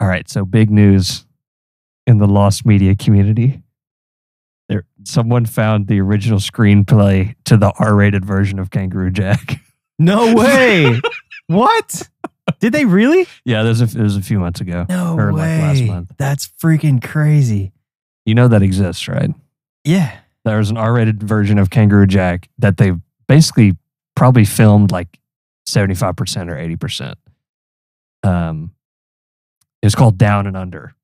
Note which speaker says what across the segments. Speaker 1: All right, so big news in the lost media community. There, someone found the original screenplay to the R-rated version of Kangaroo Jack.
Speaker 2: No way. what? Did they really?
Speaker 1: yeah, there's a, it was a few months ago.
Speaker 2: No
Speaker 1: Or,
Speaker 2: way.
Speaker 1: like, last month.
Speaker 2: That's freaking crazy.
Speaker 1: You know that exists, right?
Speaker 2: Yeah.
Speaker 1: There was an R-rated version of Kangaroo Jack that they basically probably filmed like 75% or 80%. Um, it was called Down and Under,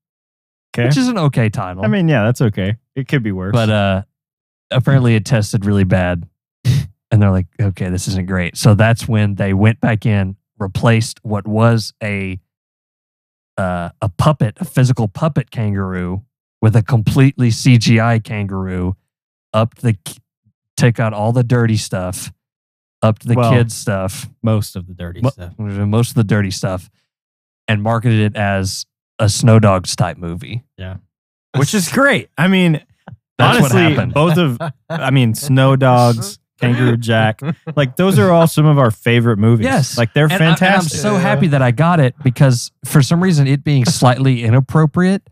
Speaker 2: Okay.
Speaker 1: which is an okay title.
Speaker 2: I mean, yeah, that's okay. It could be worse.
Speaker 1: but uh apparently it tested really bad and they're like okay this isn't great so that's when they went back in replaced what was a uh, a puppet a physical puppet kangaroo with a completely cgi kangaroo up the take out all the dirty stuff up the
Speaker 2: Well,
Speaker 1: kids stuff
Speaker 2: most of the dirty
Speaker 1: Mo-
Speaker 2: stuff.
Speaker 1: most of the dirty stuff and marketed it as a snow dogs type movie
Speaker 2: Which is great. I mean,
Speaker 1: That's what
Speaker 2: honestly,
Speaker 1: happened.
Speaker 2: both of I mean, Snow Dogs, Kangaroo Jack, like those are all some of our favorite movies.
Speaker 1: Yes.
Speaker 2: Like they're
Speaker 1: And I- and
Speaker 2: fantastic.
Speaker 1: I'm so
Speaker 3: Yeah.
Speaker 1: happy that I got it because for some reason it being slightly inappropriate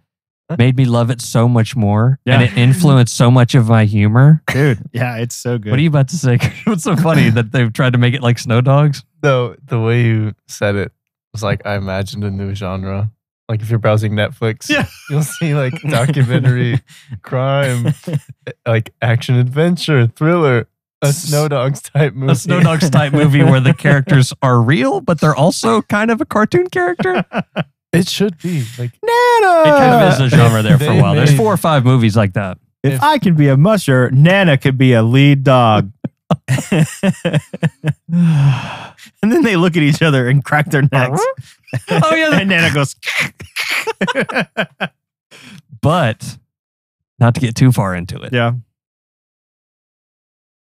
Speaker 1: made me love it so much more and
Speaker 2: Yeah.
Speaker 1: it influenced so much of my humor.
Speaker 2: Dude, yeah, it's so good.
Speaker 1: What are you about to say? What's so funny that they've tried to make it like snow dogs?
Speaker 3: Though the way you said it was like I imagined a new genre. Like if you're browsing Netflix,
Speaker 2: Yeah.
Speaker 3: you'll see like documentary, crime, eh, like action adventure, thriller, a
Speaker 1: S-
Speaker 3: snow dogs type movie.
Speaker 1: A snow dogs type movie where the characters are real, but they're also kind of a cartoon character.
Speaker 3: It should be like
Speaker 2: Nana!
Speaker 1: It kind of is a genre there for a
Speaker 3: They
Speaker 1: while. There's
Speaker 3: made-
Speaker 1: four or five movies like that.
Speaker 2: If I could be a musher, Nana could be a lead dog. and then they look at each other and crack their necks.
Speaker 1: Oh, yeah,
Speaker 2: and Nana goes,
Speaker 1: But not to get too far into it.
Speaker 2: yeah.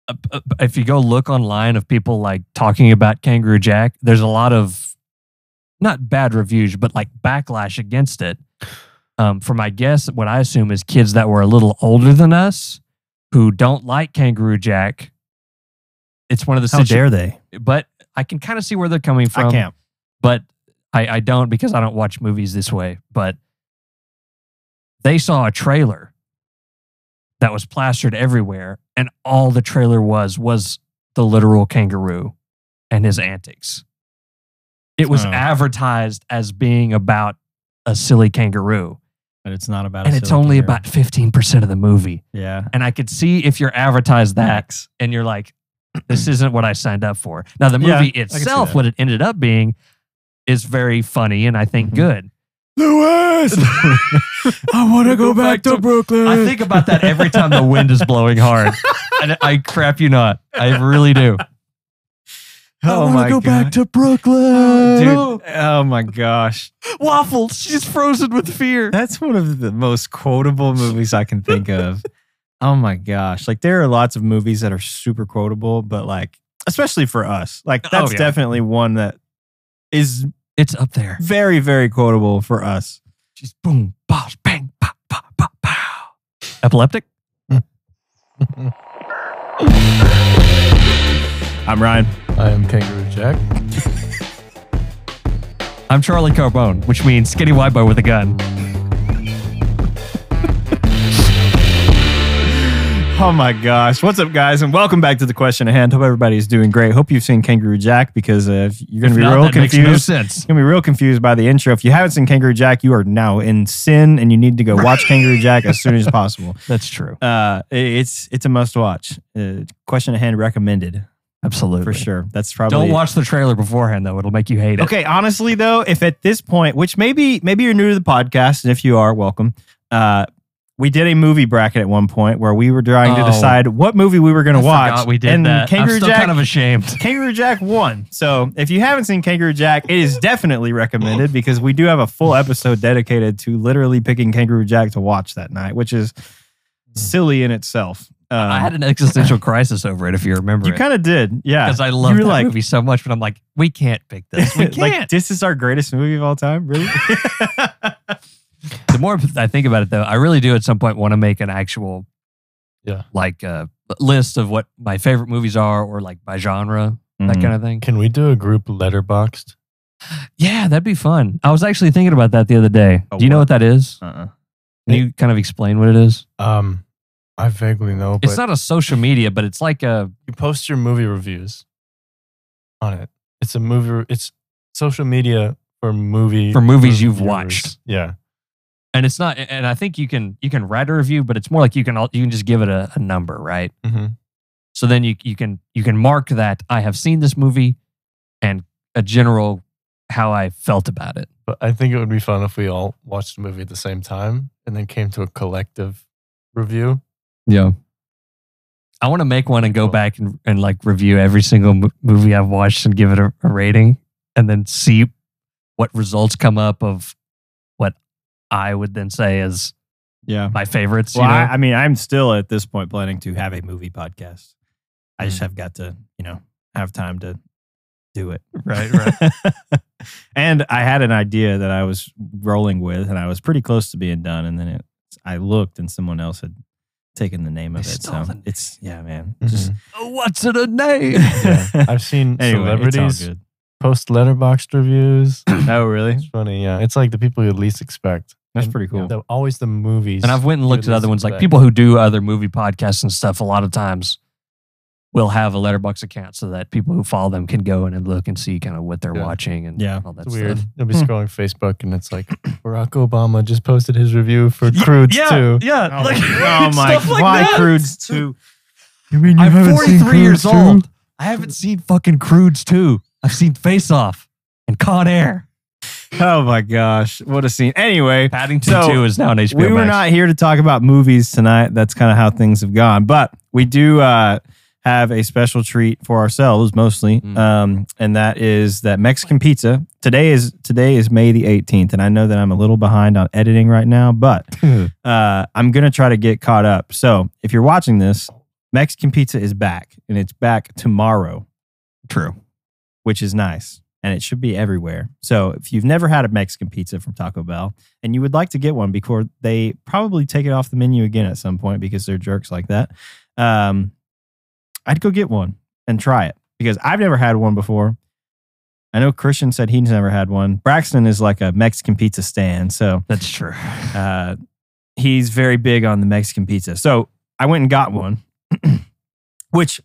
Speaker 1: uh, uh, if you go look online of people like talking about Kangaroo Jack, there's a lot of not bad reviews, but like backlash against it. Um, from I guess what I assume is kids that were a little older than us who don't like Kangaroo Jack. It's one of the
Speaker 2: How
Speaker 1: situ-
Speaker 2: dare they?
Speaker 1: but I can kind of see where they're coming from
Speaker 2: I can't.
Speaker 1: but I, I don't because I don't watch movies this way. But they saw a trailer that was plastered everywhere, and all the trailer was was the literal kangaroo and his antics. It was
Speaker 2: Oh.
Speaker 1: advertised as being about a silly kangaroo,
Speaker 2: But it's not about
Speaker 1: and
Speaker 2: a
Speaker 1: it's
Speaker 2: silly
Speaker 1: only
Speaker 2: hero.
Speaker 1: about fifteen percent of the movie.
Speaker 2: Yeah.
Speaker 1: And I could see if you're advertised that,
Speaker 2: Max.
Speaker 1: and you're like, this isn't what I signed up for. Now, the
Speaker 2: Yeah,
Speaker 1: movie
Speaker 2: I can see
Speaker 1: itself,
Speaker 2: that.
Speaker 1: what it ended up being, is very funny and I think
Speaker 2: Mhm.
Speaker 1: good.
Speaker 2: Lewis! I want
Speaker 1: Go back to-
Speaker 2: Brooklyn.
Speaker 1: I think about that every time the wind is blowing hard. And I crap you not. I really do. Oh
Speaker 2: I wanna go back
Speaker 1: to Brooklyn.
Speaker 2: Oh Dude, oh my gosh.
Speaker 1: Waffles, she's frozen with fear.
Speaker 2: That's one of the most quotable movies I can think of. oh my gosh. Like there are lots of movies that are super quotable, but like especially for us. Like that's
Speaker 1: Oh, yeah.
Speaker 2: definitely one that is
Speaker 1: It's up there.
Speaker 2: very very quotable for us.
Speaker 1: She's boom, bosh, bang, pop, pop, pop, pow. Epileptic?
Speaker 2: I'm Ryan.
Speaker 3: I am Kangaroo Jack.
Speaker 1: I'm Charlie Carbone, which means skinny white boy with a gun.
Speaker 2: Oh my gosh. What's up guys and welcome back to the question at hand. Hope everybody's doing great. Hope you've seen Kangaroo Jack because uh, if you're going to be
Speaker 1: Now
Speaker 2: real
Speaker 1: that makes no
Speaker 2: confused.
Speaker 1: sense.
Speaker 2: You're gonna be real confused by the intro. If you haven't seen Kangaroo Jack, you are now in sin, and you need to go watch Kangaroo Jack as soon as possible.
Speaker 1: That's true.
Speaker 2: Uh, i- it's it's a must watch. Uh, question at hand recommended
Speaker 1: Absolutely.
Speaker 2: for sure. That's probably
Speaker 1: Don't watch the trailer beforehand, though. It'll make you hate it.
Speaker 2: Okay, honestly though, if at this point, which maybe maybe you're new to the podcast, and if you are, welcome. Uh, we did a movie bracket at one point where we were trying
Speaker 1: Oh.
Speaker 2: to decide what movie we were going to
Speaker 1: I
Speaker 2: watch.
Speaker 1: forgot we did
Speaker 2: and
Speaker 1: that.
Speaker 2: Kangaroo
Speaker 1: I'm still
Speaker 2: Jack.
Speaker 1: kind of ashamed.
Speaker 2: Kangaroo Jack won. So if you haven't seen Kangaroo Jack, it is definitely recommended because we do have a full episode dedicated to literally picking Kangaroo Jack to watch that night, which is silly in itself. Um,
Speaker 1: Hmm. I had an existential crisis over it, if you remember.
Speaker 2: you
Speaker 1: it.
Speaker 2: kind of did, yeah.
Speaker 1: because I love
Speaker 2: You
Speaker 1: that
Speaker 2: were like-
Speaker 1: movie so much, but I'm like, we can't pick this. We can't.
Speaker 2: like this is our greatest movie of all time, really.
Speaker 1: the more I think about it, though, I really do at some point want to make an actual,
Speaker 3: Yeah.
Speaker 1: like uh, list of what Mm-hmm.
Speaker 2: Mm-hmm.
Speaker 1: my favorite movies are, or like by genre, that kind of thing.
Speaker 3: Can we do a group letterboxed?
Speaker 1: Yeah, that'd be fun. I was actually thinking about that the other day.
Speaker 2: A
Speaker 1: Do you know what that is?
Speaker 2: Uh-uh.
Speaker 1: Can you kind of explain what it is?
Speaker 3: Um, I vaguely know, but
Speaker 1: It's not a social media, but it's like a
Speaker 3: you post your movie reviews on it. It's a movie. re- It's social media for movie
Speaker 1: for movies you've
Speaker 3: reviewers.
Speaker 1: watched.
Speaker 3: Yeah,
Speaker 1: And it's not and I think you can you can write a review, but it's more like you can al- you can just give it a, a number, right?
Speaker 3: mm-hmm.
Speaker 1: So then you you can you can mark that I have seen this movie and a general how I felt about it.
Speaker 3: but I think it would be fun if we all watched the movie at the same time and then came to a collective review.
Speaker 1: Yeah. I want to make one and go
Speaker 3: Cool.
Speaker 1: back and, and like review every single mo- movie I've watched and give it a, a rating and then see what results come up of what I would then say is
Speaker 2: Yeah.
Speaker 1: my favorites.
Speaker 2: Well,
Speaker 1: you know?
Speaker 2: I, I mean, I'm still at this point planning to have a movie podcast. I
Speaker 1: Mm.
Speaker 2: just have got to, you know, have time to do it.
Speaker 1: Right,
Speaker 2: right. and I had an idea that I was rolling with, and I was pretty close to being done. And then it, I looked, and someone else had taken the name of
Speaker 1: They
Speaker 2: it.
Speaker 1: stole
Speaker 2: So
Speaker 1: the name.
Speaker 2: it's yeah, man. Just
Speaker 3: Mhm.
Speaker 1: Oh, what's in a name?
Speaker 3: Yeah. I've seen
Speaker 2: anyway, it's all
Speaker 3: celebrities
Speaker 2: good.
Speaker 3: post letterboxed reviews.
Speaker 2: Oh, really?
Speaker 3: It's funny, yeah. It's like the people you least expect.
Speaker 2: That's
Speaker 3: And,
Speaker 2: pretty
Speaker 3: you know,
Speaker 2: cool.
Speaker 3: they're always the movies.
Speaker 1: and I've went and looked at
Speaker 3: Good
Speaker 1: other ones, like
Speaker 3: listen to that.
Speaker 1: people who do other movie podcasts and stuff. A lot of times, will have a letterbox account so that people who follow them can go in and look and see kind of what they're
Speaker 3: Yeah.
Speaker 1: watching and
Speaker 2: Yeah.
Speaker 1: all that
Speaker 3: It's weird.
Speaker 1: stuff.
Speaker 3: You'll be
Speaker 2: Hmm.
Speaker 3: scrolling Facebook and it's like Barack Obama just posted his review for Crudes too.
Speaker 1: yeah.
Speaker 2: Oh, my- oh my! why Crudes too?
Speaker 3: You mean
Speaker 1: I'm 43 years old. I haven't seen fucking Crudes too. I've seen Face Off and Con Air.
Speaker 2: Oh my gosh, what a scene! Anyway,
Speaker 1: Paddington
Speaker 2: So,
Speaker 1: 2 is now an HBO
Speaker 2: we were
Speaker 1: Max.
Speaker 2: not here to talk about movies tonight. That's kind of how things have gone. But we do uh, have a special treat for ourselves, mostly,
Speaker 1: Mm.
Speaker 2: um, and that is that Mexican pizza. Today is today is May the 18th, and I know that I'm a little behind on editing right now, but uh, I'm gonna try to get caught up. So if you're watching this, Mexican pizza is back, and it's back tomorrow. True, which is nice. And it should be everywhere. So if you've never had a Mexican pizza from Taco Bell and you would like to get one before they probably take it off the menu again at some point because they're jerks like that, um, I'd go get one and try it because I've never had one before. I know Christian said he's never had one. Braxton is like a Mexican pizza stand. So
Speaker 1: That's true.
Speaker 2: uh, he's very big on the Mexican pizza. So I went and got one, which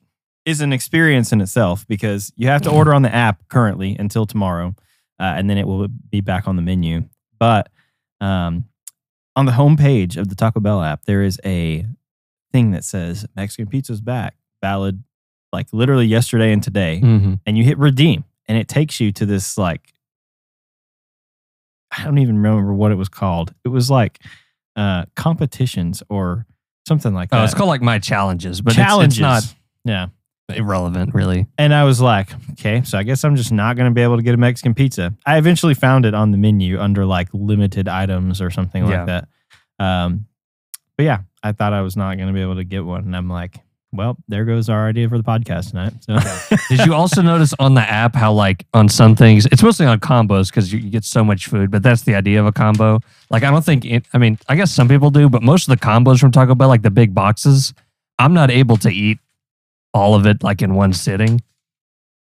Speaker 2: is an experience in itself because you have to order on the app currently until tomorrow, uh, and then it will be back on the menu. But um, on the homepage of the Taco Bell app, there is a thing that says Mexican pizza's back, valid like literally yesterday and today
Speaker 1: Mm-hmm.
Speaker 2: and you hit redeem and it takes you to this like i don't even remember what it was called it was like uh competitions or something like that
Speaker 1: Oh, it's called like My Challenges, but it's-
Speaker 2: challenges
Speaker 1: it's
Speaker 2: yeah
Speaker 1: not irrelevant, really.
Speaker 2: and i was like okay so i guess i'm just not going to be able to get a mexican pizza i eventually found it on the menu under like limited items or something
Speaker 1: Yeah.
Speaker 2: like that um but yeah i thought i was not going to be able to get one and i'm like well there goes our idea for the podcast tonight so
Speaker 1: Did you also notice on the app how, like, on some things, it's mostly on combos because you, you get so much food, but that's the idea of a combo. Like, I don't think, it, I mean, I guess some people do, but most of the combos from Taco Bell, like the big boxes, I'm not able to eat all of it like in one sitting,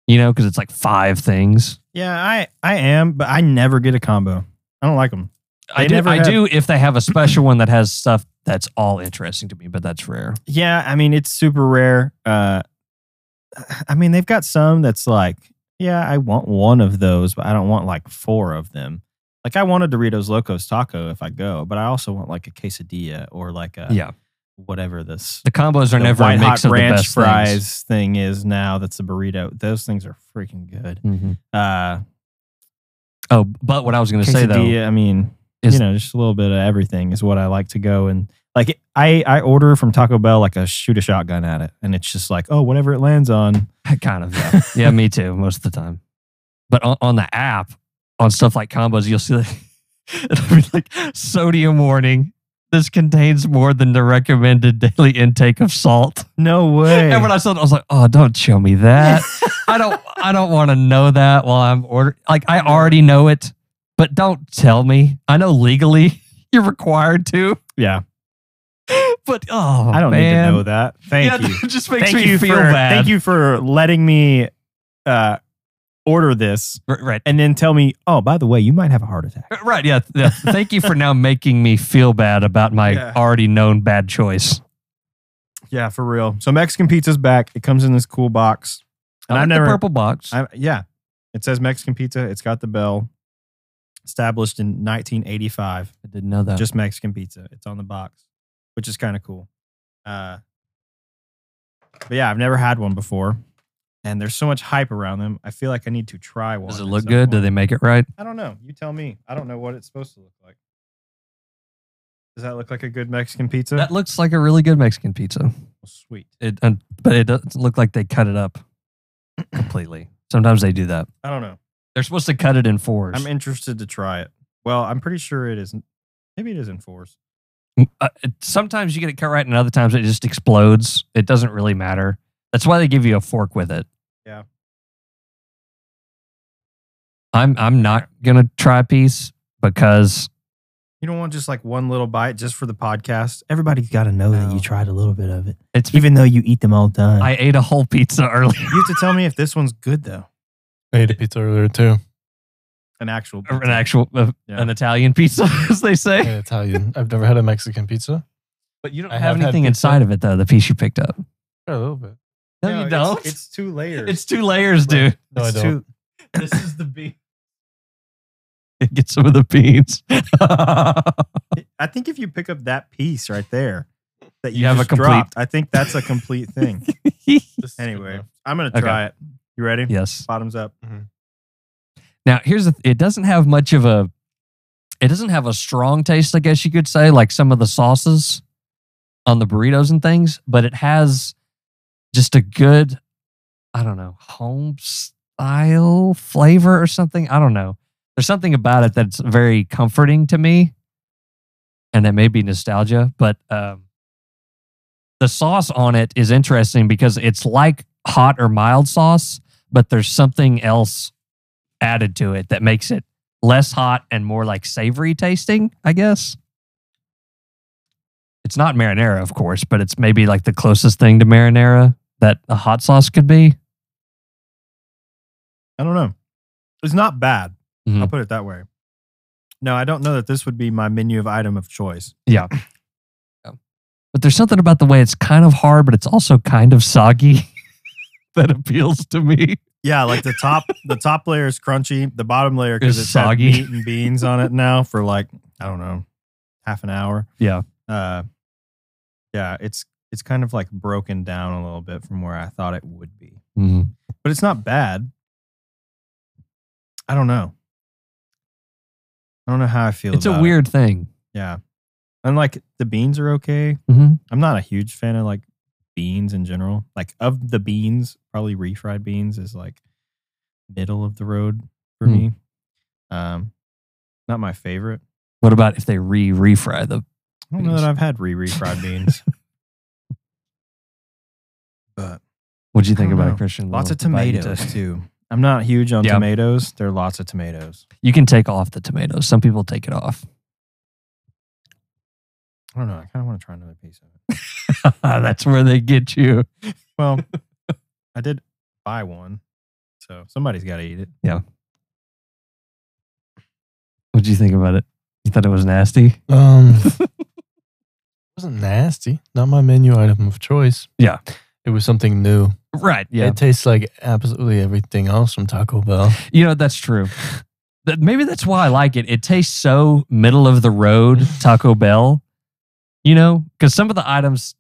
Speaker 1: you know, because it's like five things.
Speaker 2: Yeah, I I am, but I never get a combo. I don't like them.
Speaker 1: I
Speaker 2: They
Speaker 1: do,
Speaker 2: never
Speaker 1: I
Speaker 2: have-
Speaker 1: do if they have a special one that has stuff that's all interesting to me, but that's rare.
Speaker 2: Yeah, I mean it's super rare. Uh, I mean they've got some that's like, yeah, I want one of those, but I don't want like four of them. Like I want a Doritos Locos Taco if I go, but I also want like a quesadilla or like a
Speaker 1: Yeah.
Speaker 2: whatever this
Speaker 1: The combos are
Speaker 2: the
Speaker 1: never
Speaker 2: white
Speaker 1: a mix
Speaker 2: hot
Speaker 1: of the
Speaker 2: ranch
Speaker 1: best
Speaker 2: fries
Speaker 1: fries.
Speaker 2: thing is now. That's a burrito. Those things are freaking good. Uh,
Speaker 1: Mm-hmm. Oh, but what I was going to say though,
Speaker 2: quesadilla, I mean,
Speaker 1: is-
Speaker 2: you know, just a little bit of everything is what I like to go and like. I I order from Taco Bell like a shoot a shotgun at it, and it's just like, oh, whatever it lands on.
Speaker 1: kind of yeah. yeah, me too most of the time. But on, on the app, on stuff like combos, you'll see like, it'll be like sodium warning. This contains more than the recommended daily intake of salt.
Speaker 2: No way.
Speaker 1: And when I saw it, I was like, "Oh, don't show me that. I don't. I don't want to know that while I'm ordering. Like, I already know it, but don't tell me. I know legally you're required to,
Speaker 2: yeah,
Speaker 1: but oh,
Speaker 2: I don't need
Speaker 1: man.
Speaker 2: to know that. Thank
Speaker 1: yeah,
Speaker 2: you.
Speaker 1: it just makes
Speaker 2: thank
Speaker 1: me
Speaker 2: you
Speaker 1: feel
Speaker 2: for
Speaker 1: bad.
Speaker 2: thank you for letting me uh order this
Speaker 1: R- right.
Speaker 2: and then tell me, oh, by the way, you might have a heart attack.
Speaker 1: R- Uh, Right. Yeah. th- yeah. Thank you for now making me feel bad about my
Speaker 2: Yeah.
Speaker 1: already known bad choice.
Speaker 2: Yeah, for real. So Mexican pizza's back. It comes in this cool box.
Speaker 1: I
Speaker 2: And
Speaker 1: like
Speaker 2: I've
Speaker 1: the
Speaker 2: never-
Speaker 1: purple box.
Speaker 2: I, yeah, it says Mexican pizza. It's got the bell. Established in 1985.
Speaker 1: I didn't know that.
Speaker 2: just Mexican pizza. It's on the box, which is kind of cool. Uh, but yeah, I've never had one before, and there's so much hype around them. I feel like I need to try one.
Speaker 1: Does it
Speaker 2: at
Speaker 1: look
Speaker 2: some
Speaker 1: good? Do
Speaker 2: point.
Speaker 1: they make it right?
Speaker 2: I don't know. You tell me. I don't know what it's supposed to look like. Does that look like a good Mexican pizza? Oh,
Speaker 1: That looks like a really good Mexican pizza.
Speaker 2: sweet.
Speaker 1: It, uh, but it doesn't look like they cut it up completely. Sometimes they do that.
Speaker 2: I don't know.
Speaker 1: They're supposed to cut it in 4s
Speaker 2: I'm interested to try it. Well, I'm pretty sure it isn't. Maybe it is in fours.
Speaker 1: uh, it- sometimes you get it cut right, and other times it just explodes. It doesn't really matter. That's why they give you a fork with it.
Speaker 2: Yeah.
Speaker 1: I'm I'm not gonna try a piece because
Speaker 2: You don't want just like one little bite just for the podcast. Everybody's got to know that
Speaker 1: No.
Speaker 2: you tried a little bit of it,
Speaker 1: it's
Speaker 2: even though you eat them all the time.
Speaker 1: I ate a whole pizza earlier.
Speaker 2: You have to tell me if this one's good though.
Speaker 3: I ate a pizza earlier too.
Speaker 2: An actual.
Speaker 1: An actual uh,
Speaker 2: Yeah.
Speaker 1: an Italian pizza, as they say.
Speaker 3: An Italian. I've never had a Mexican pizza.
Speaker 1: But you don't
Speaker 3: I
Speaker 1: have,
Speaker 3: have had
Speaker 1: anything
Speaker 3: pizza.
Speaker 1: inside of it though. The piece you picked up.
Speaker 3: Sure, a little bit.
Speaker 1: No, you don't.
Speaker 2: It's,
Speaker 1: It's,
Speaker 2: it's two layers.
Speaker 1: two layers, dude.
Speaker 3: No, I
Speaker 2: It's
Speaker 3: don't.
Speaker 2: two-
Speaker 3: This is the beef.
Speaker 1: Get some of the beans.
Speaker 2: I think if you pick up that piece right there, that you,
Speaker 1: You have a
Speaker 2: just
Speaker 1: complete-
Speaker 2: dropped, I think that's a complete thing. anyway, I'm gonna
Speaker 1: Okay.
Speaker 2: try it. You ready?
Speaker 1: yes.
Speaker 2: Bottoms up.
Speaker 1: Now here's the, th- it doesn't have much of a it doesn't have a strong taste, I guess you could say, like some of the sauces on the burritos and things, but it has just a good, I don't know, home style flavor or something. I don't know. There's something about it that's very comforting to me, and that may be nostalgia, but um, the sauce on it is interesting because it's like hot or mild sauce, but there's something else added to it that makes it less hot and more like savory tasting, I guess. It's not marinara, of course, but it's maybe like the closest thing to marinara that a hot sauce could be.
Speaker 2: I don't know. It's not bad.
Speaker 1: Mhm.
Speaker 2: I'll put it that way. No, I don't know that this would be my menu of item of choice.
Speaker 1: But there's something about the way it's kind of hard, but it's also kind of soggy that appeals to me.
Speaker 2: Yeah, like the top the top layer is crunchy, the bottom layer because
Speaker 1: Is
Speaker 2: it's had
Speaker 1: soggy.
Speaker 2: meat and beans on it now for like I don't know half an hour.
Speaker 1: Yeah.
Speaker 2: Uh, yeah, it's it's kind of like broken down a little bit from where I thought it would be,
Speaker 1: Mhm.
Speaker 2: but it's not bad. I don't know. I don't know how I feel.
Speaker 1: It's a
Speaker 2: about it.
Speaker 1: weird thing.
Speaker 2: yeah. And like the beans are okay.
Speaker 1: hmm
Speaker 2: I'm not a huge fan of like beans in general. Like of the beans, probably refried beans is like middle of the road for
Speaker 1: Hmm.
Speaker 2: me. Um, not my favorite.
Speaker 1: What about if they re refry the?
Speaker 2: I don't know
Speaker 1: Beans.
Speaker 2: that I've had re refried beans, but
Speaker 1: What'd you
Speaker 2: I
Speaker 1: think
Speaker 2: don't
Speaker 1: about
Speaker 2: know.
Speaker 1: it, Christian?
Speaker 2: lots
Speaker 1: Little
Speaker 2: of
Speaker 1: bite you
Speaker 2: tomatoes
Speaker 1: took?
Speaker 2: too. I'm not huge on
Speaker 1: Yeah.
Speaker 2: tomatoes. There are lots of tomatoes.
Speaker 1: You can take off the tomatoes. Some people take it off.
Speaker 2: I don't know. I kind of want to try another piece of it.
Speaker 1: That's where they get you.
Speaker 2: Well, I did buy one, so somebody's got to eat it.
Speaker 1: What do you think about it? You thought it was nasty?
Speaker 3: Um, it wasn't nasty. Not my menu item of choice.
Speaker 1: Yeah.
Speaker 3: It was something new.
Speaker 1: Right.
Speaker 3: It tastes like absolutely everything else from Taco Bell.
Speaker 1: You know, that's true. That- Maybe that's why I like it. It tastes so middle of the road Taco Bell, you know, because some of the items,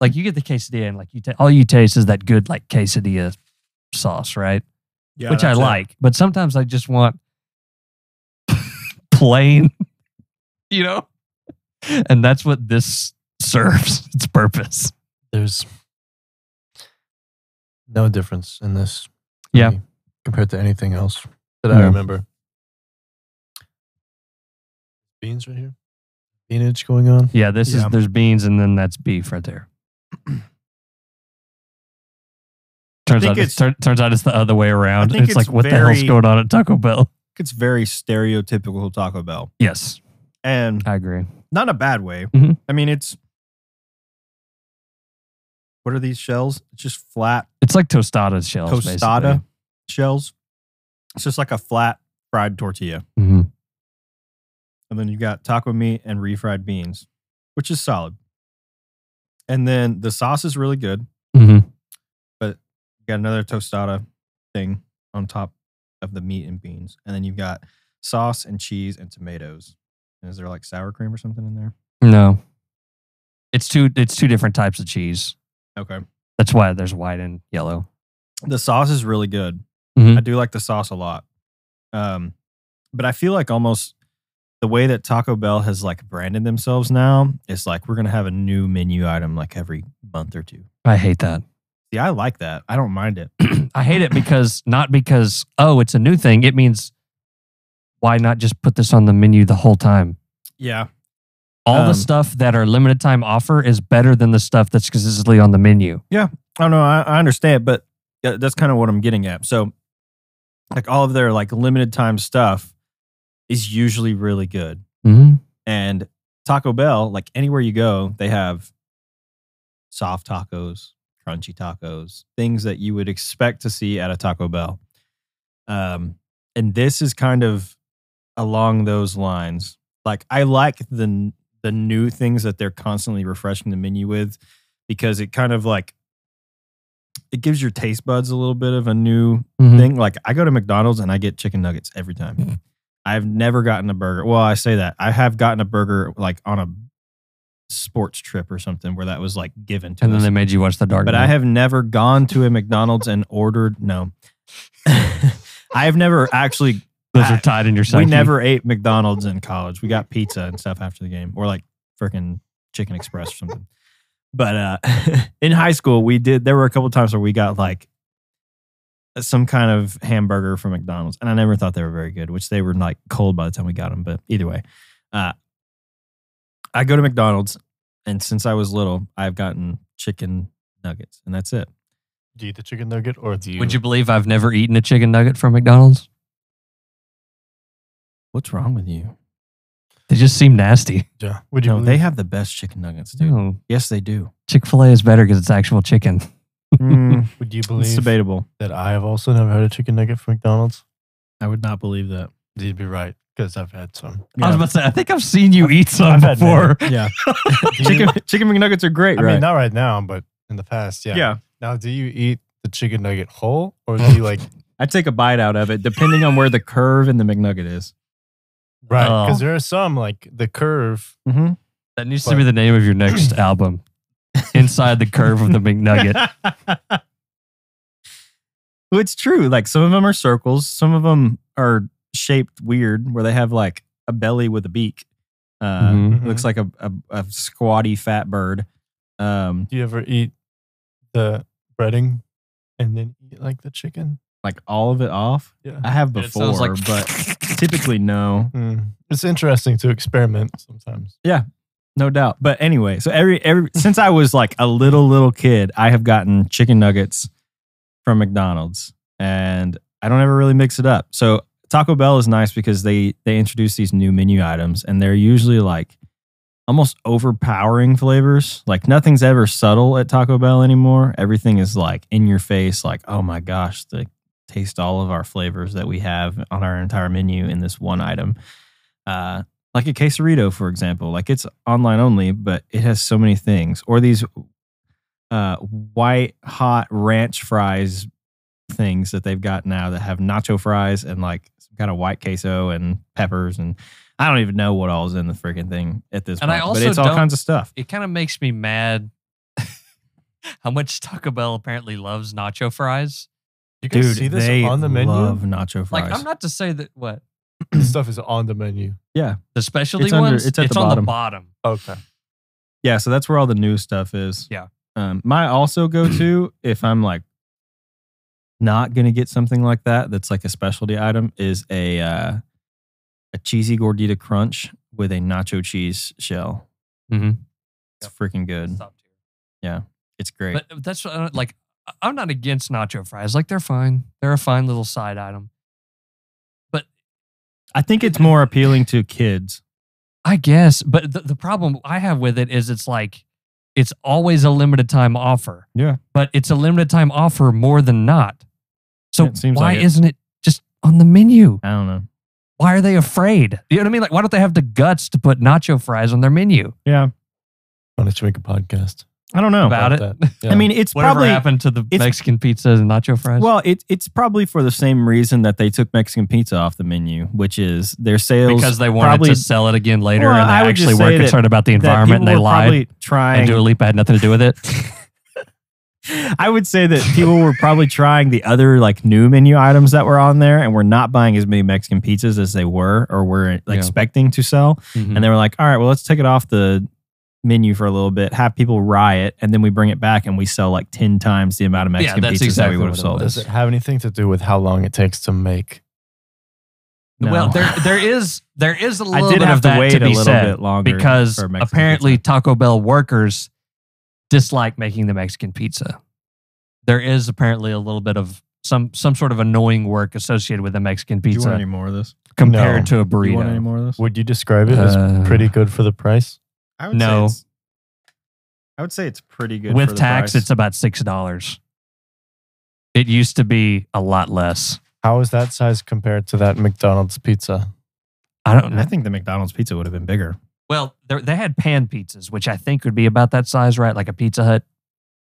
Speaker 1: like you get the quesadilla and like you ta- all you taste is that good like quesadilla sauce, right?
Speaker 2: Yeah,
Speaker 1: Which I like. But sometimes I just want plain, you know, and that's what this serves its purpose.
Speaker 3: There's no difference in this. to
Speaker 1: Yeah.
Speaker 3: me Compared to anything else that I
Speaker 1: No.
Speaker 3: remember. Beans right here. Beanage going on.
Speaker 1: Yeah, this
Speaker 2: Yeah.
Speaker 1: is there's beans and then that's beef right there. Turns
Speaker 2: think
Speaker 1: out it's,
Speaker 2: it's-
Speaker 1: turn, turns out it's the other way around.
Speaker 2: I think
Speaker 1: It's, like
Speaker 2: it's
Speaker 1: what the hell's
Speaker 2: very-
Speaker 1: going on at Taco Bell?
Speaker 2: It's very stereotypical Taco Bell,
Speaker 1: Yes,
Speaker 2: and
Speaker 1: I agree.
Speaker 2: not in a bad way.
Speaker 1: Mhm.
Speaker 2: I mean, it's what are these shells? It's just flat
Speaker 1: It's like tostadas shells.
Speaker 2: tostada
Speaker 1: basically.
Speaker 2: shells. It's just like a flat fried tortilla.
Speaker 1: Mm-hmm.
Speaker 2: And then you got taco meat and refried beans, which is solid. And then the sauce is really good.
Speaker 1: Mm-hmm.
Speaker 2: You got another tostada thing on top of the meat and beans. And then you've got sauce and cheese and tomatoes. And is there like sour cream or something in there?
Speaker 1: No, it's two. It's two different types of cheese.
Speaker 2: Okay.
Speaker 1: That's why there's white and yellow.
Speaker 2: The sauce is really good.
Speaker 1: Mhm.
Speaker 2: I do like the sauce a lot. Um, but I feel like almost the way that Taco Bell has like branded themselves now is like we're gonna have a new menu item like every month or two.
Speaker 1: I hate that.
Speaker 2: See, I like that. I don't mind it.
Speaker 1: I hate it because not because oh it's a new thing. It means why not just put this on the menu the whole time?
Speaker 2: Yeah.
Speaker 1: All
Speaker 2: Um,
Speaker 1: the stuff that our limited time offer is better than the stuff that's consistently on the menu.
Speaker 2: I don't know. I, I understand, but tha- that's kind of what I'm getting at. So, like all of their like limited time stuff is usually really good.
Speaker 1: Mm-hmm.
Speaker 2: And Taco Bell, like anywhere you go, they have soft tacos, crunchy tacos, things that you would expect to see at a Taco Bell. Um, and this is kind of along those lines. Like I like the the new things that they're constantly refreshing the menu with because it kind of like it gives your taste buds a little bit of a new
Speaker 1: mm-hmm.
Speaker 2: thing. Like I go to McDonald's and I get chicken nuggets every time. I've never gotten a burger. Well, I say that I have gotten a burger like on a sports trip or something where that was like given to
Speaker 1: And then
Speaker 2: us.
Speaker 1: they made you watch the dark.
Speaker 2: but I
Speaker 1: Knight.
Speaker 2: have never gone to a McDonald's and ordered. No, I have never actually.
Speaker 1: those are tied in your psyche.
Speaker 2: We never ate McDonald's in college. We got pizza and stuff after the game, or like freaking Chicken Express or something. But uh, in high school, we did. There were a couple times where we got like some kind of hamburger from McDonald's, and I never thought they were very good, which they were like cold by the time we got them. But either way, uh, I go to McDonald's, and since I was little, I've gotten chicken nuggets, and that's it.
Speaker 3: Do you eat the chicken nugget or do you?
Speaker 1: Would you believe I've never eaten a chicken nugget from McDonald's?
Speaker 2: What's wrong with you?
Speaker 1: They just seem nasty.
Speaker 3: Yeah. Would you?
Speaker 2: No, they
Speaker 3: believe-
Speaker 2: have the best chicken nuggets, dude. Yes, they do.
Speaker 1: Chick Fil A is better because it's actual chicken.
Speaker 2: Mm,
Speaker 3: Would you
Speaker 2: it's
Speaker 3: believe
Speaker 2: debatable.
Speaker 3: that I have also never had a chicken nugget from McDonald's?
Speaker 2: I would not believe that.
Speaker 3: You'd be right because I've had some.
Speaker 1: I was about to say, I think I've seen you eat some
Speaker 3: I've had
Speaker 1: before.
Speaker 2: yeah.
Speaker 3: Do you-
Speaker 2: chicken, chicken McNuggets are great,
Speaker 3: I
Speaker 2: right?
Speaker 3: mean, not right now, but in the past, yeah.
Speaker 2: yeah.
Speaker 3: Now, do you eat the chicken nugget whole or do you like?
Speaker 2: I take a bite out of it, depending on where the curve in the McNugget is.
Speaker 3: Right, because
Speaker 1: Oh.
Speaker 3: there are some like the curve.
Speaker 2: Mm-hmm.
Speaker 1: That needs to be the name of your next album. Inside the curve of the McNugget.
Speaker 2: well, it's true. Like some of them are circles, some of them are shaped weird, where they have like a belly with a beak. Uh,
Speaker 1: Mhm.
Speaker 3: Mhm.
Speaker 2: Looks like a, a, a squatty fat bird. Um,
Speaker 3: Do you ever eat the breading and then eat like the chicken?
Speaker 2: like all of it off.
Speaker 3: Yeah.
Speaker 2: I have
Speaker 1: And it
Speaker 2: before,
Speaker 1: sounds like-
Speaker 2: but typically no.
Speaker 3: Mm. It's interesting to experiment sometimes.
Speaker 2: No doubt. But anyway, so every every since I was like a little little kid, I have gotten chicken nuggets from McDonald's and I don't ever really mix it up. So Taco Bell is nice because they they introduce these new menu items and they're usually like almost overpowering flavors. Like nothing's ever subtle at Taco Bell anymore. Everything is like in your face like, "Oh my gosh, the taste all of our flavors that we have on our entire menu in this one item." Uh like a quesarito for example like it's online only but it has so many things or these uh, white hot ranch fries things that they've got now that have nacho fries and like some kind of white queso and peppers and i don't even know what all is in the freaking thing at this
Speaker 1: And I
Speaker 2: point
Speaker 1: also
Speaker 2: but it's all
Speaker 1: don't-
Speaker 2: kinds of stuff
Speaker 1: It kind of makes me mad how much Taco Bell apparently loves nacho fries.
Speaker 3: You guys see this on the menu?
Speaker 2: love nacho fries
Speaker 1: Like, I'm not to say that what?
Speaker 3: this stuff is on the menu.
Speaker 1: The specialty
Speaker 2: It's under-
Speaker 1: ones?
Speaker 2: it's at the
Speaker 1: on
Speaker 2: bottom.
Speaker 1: the bottom.
Speaker 3: Okay.
Speaker 2: Yeah, so that's where all the new stuff is.
Speaker 1: Yeah.
Speaker 2: Um, my also go to if I'm like not gonna get something like that that's like a specialty item is a uh, a cheesy gordita crunch with a nacho cheese shell.
Speaker 1: Mhm.
Speaker 2: It's freaking good.
Speaker 1: Stop.
Speaker 2: It's great.
Speaker 1: But that's what I don't- like, I- I'm not against nacho fries. Like, they're fine. They're a fine little side item.
Speaker 2: I think it's more appealing to kids.
Speaker 1: I guess. But the, the problem I have with it is it's like, it's always a limited time offer.
Speaker 2: Yeah.
Speaker 1: But it's a limited time offer more than not. So
Speaker 2: It seems
Speaker 1: why
Speaker 2: like it.
Speaker 1: isn't it just on the menu?
Speaker 2: I don't know.
Speaker 1: Why are they afraid? You know what I mean? Like, why don't they have the guts to put nacho fries on their menu
Speaker 2: Yeah,
Speaker 3: Why don't you make a podcast
Speaker 2: I don't know.
Speaker 1: about, it?
Speaker 3: that? Yeah.
Speaker 2: I mean, it's
Speaker 1: Whatever
Speaker 2: probably
Speaker 1: happened to the
Speaker 2: it's-
Speaker 1: Mexican pizzas and nacho fries?
Speaker 2: well, it, it's probably for the same reason that they took Mexican pizza off the menu, which is their sales
Speaker 1: because they wanted
Speaker 2: probably-
Speaker 1: to sell it again later
Speaker 2: Well,
Speaker 1: and they
Speaker 2: I would
Speaker 1: actually
Speaker 2: just
Speaker 1: were
Speaker 2: say that-
Speaker 1: concerned about the
Speaker 2: that
Speaker 1: environment and they
Speaker 2: people were
Speaker 1: lied.
Speaker 2: Probably trying.
Speaker 1: And Dua Lipa had nothing to do with it. Mm-hmm.
Speaker 2: I would say that people were probably trying the other like new menu items that were on there and were not buying as many Mexican pizzas as they were or were like,
Speaker 1: Yeah.
Speaker 2: expecting to sell. And they were like, all right, well, let's take it off the menu for a little bit, have people riot, and then we bring it back and we sell like 10 times the amount of
Speaker 1: Yeah,
Speaker 2: Mexican pizzas
Speaker 1: that's
Speaker 2: that we
Speaker 1: exactly
Speaker 2: would have
Speaker 1: what it
Speaker 2: sold.
Speaker 1: was.
Speaker 3: does it have anything to do with how long it takes to make?
Speaker 2: No.
Speaker 1: Well, there there is there is a
Speaker 2: I
Speaker 1: little
Speaker 2: did
Speaker 1: bit
Speaker 2: have
Speaker 1: of
Speaker 2: to
Speaker 1: that
Speaker 2: wait
Speaker 1: to
Speaker 2: a
Speaker 1: be
Speaker 2: little
Speaker 1: said
Speaker 2: bit longer
Speaker 1: because
Speaker 2: for Mexican
Speaker 1: apparently
Speaker 2: pizza.
Speaker 1: Taco Bell workers dislike making the Mexican pizza. There is apparently a little bit of some some sort of annoying work associated with a Mexican
Speaker 2: Do you want
Speaker 1: pizza
Speaker 2: any more of this?
Speaker 1: compared to a
Speaker 2: Do you want
Speaker 1: burrito.
Speaker 2: any more of this?
Speaker 3: Would you describe it as
Speaker 1: Uh,
Speaker 3: pretty good for the price?
Speaker 2: I
Speaker 1: would say No. it's-
Speaker 2: I would say it's pretty good
Speaker 1: with tax, it's about six dollars. It used to be a lot less.
Speaker 3: How is that size compared to that McDonald's pizza?
Speaker 1: I don't
Speaker 2: I
Speaker 1: know.
Speaker 2: think the McDonald's pizza would have been bigger.
Speaker 1: Well, there- they had pan pizzas, which I think would be about that size, right? Like a Pizza Hut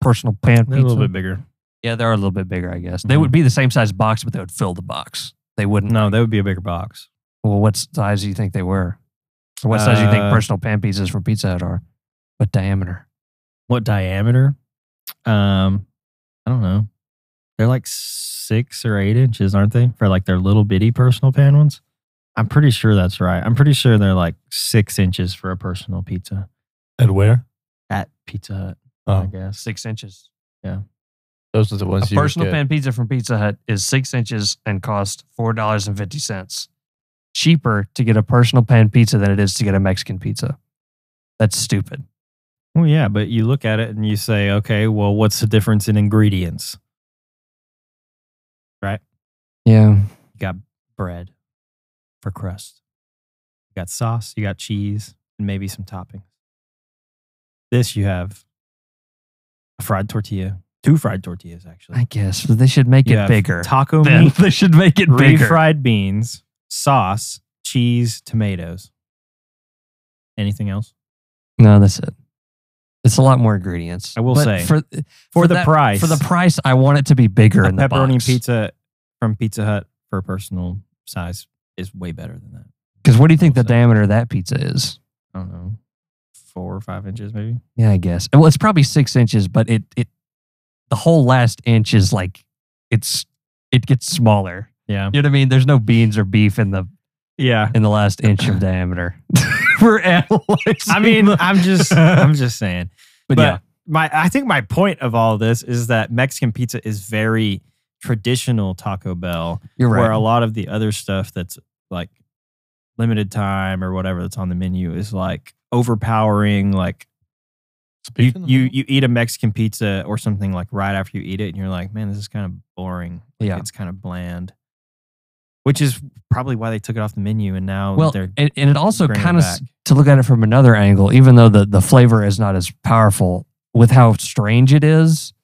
Speaker 1: personal pan
Speaker 2: They're
Speaker 1: pizza.
Speaker 2: A little bit bigger.
Speaker 1: Yeah, they are a little bit bigger, I guess. They
Speaker 2: Mhm.
Speaker 1: would be the same size box, but they would fill the box. They wouldn't.
Speaker 2: No, that would be a bigger box.
Speaker 1: Well, what size do you think they were? Or what size do you think
Speaker 2: Uh,
Speaker 1: personal pan pizzas from Pizza Hut are? What diameter?
Speaker 2: What diameter? Um, I don't know. They're like six or eight inches, aren't they? For like their little bitty personal pan ones. I'm pretty sure that's right. I'm pretty sure they're like six inches for a personal pizza
Speaker 3: And where?
Speaker 2: at Pizza Hut. I
Speaker 3: Oh,
Speaker 2: guess
Speaker 1: Six inches.
Speaker 3: those are the
Speaker 1: A
Speaker 3: ones you would
Speaker 1: personal
Speaker 3: get.
Speaker 1: pan pizza from Pizza Hut is six inches and costs four dollars and fifty cents. Cheaper to get a personal pan pizza than it is to get a Mexican pizza. That's stupid.
Speaker 2: Well, yeah, but you look at it and you say, okay, well, what's the difference in ingredients?
Speaker 1: Yeah.
Speaker 2: You got bread for crust. You got sauce, you got cheese, and maybe some toppings. This you have a fried tortilla, two fried tortillas actually.
Speaker 1: I guess but they should make
Speaker 2: You
Speaker 1: it
Speaker 2: have
Speaker 1: bigger.
Speaker 2: Taco
Speaker 1: Then
Speaker 2: meat,
Speaker 1: they should make it bigger.
Speaker 2: refried beans, sauce, cheese, tomatoes. Anything else?
Speaker 1: No, that's it. It's a lot more ingredients.
Speaker 2: I will say,
Speaker 1: for for,
Speaker 2: For, the
Speaker 1: that-
Speaker 2: price.
Speaker 1: for the price, I want it to be bigger
Speaker 2: a
Speaker 1: in the
Speaker 2: pepperoni
Speaker 1: box.
Speaker 2: pizza from Pizza Hut for personal size is way better than that.
Speaker 1: Because what do you think the diameter of that pizza is?
Speaker 2: I don't know, four or five inches maybe.
Speaker 1: Yeah, I guess. Well, it's probably six inches, but it it the whole last inch is like it's it gets smaller.
Speaker 2: Yeah,
Speaker 1: You know what I mean? There's no beans or beef in the
Speaker 2: yeah.
Speaker 1: in the last inch of diameter. We're analyzing.
Speaker 2: I mean, I'm just, I'm just saying.
Speaker 1: but,
Speaker 2: but
Speaker 1: yeah,
Speaker 2: my I think my point of all this is that Mexican pizza is very traditional Taco Bell,
Speaker 1: you're
Speaker 2: where a
Speaker 1: right.
Speaker 2: lot of the other stuff that's like limited time or whatever that's on the menu is like overpowering. Like you
Speaker 3: Speaking of-
Speaker 2: you you eat a Mexican pizza or something like right after you eat it, and you're like, man, this is kind of boring. Like,
Speaker 1: Yeah.
Speaker 2: it's kind of bland. Which is probably why they took it off the menu, and now
Speaker 1: Well,
Speaker 2: they're
Speaker 1: and, and it also
Speaker 2: bringing it
Speaker 1: kind of
Speaker 2: back.
Speaker 1: to look at it from another angle, even though the the flavor is not as powerful, with how strange it is.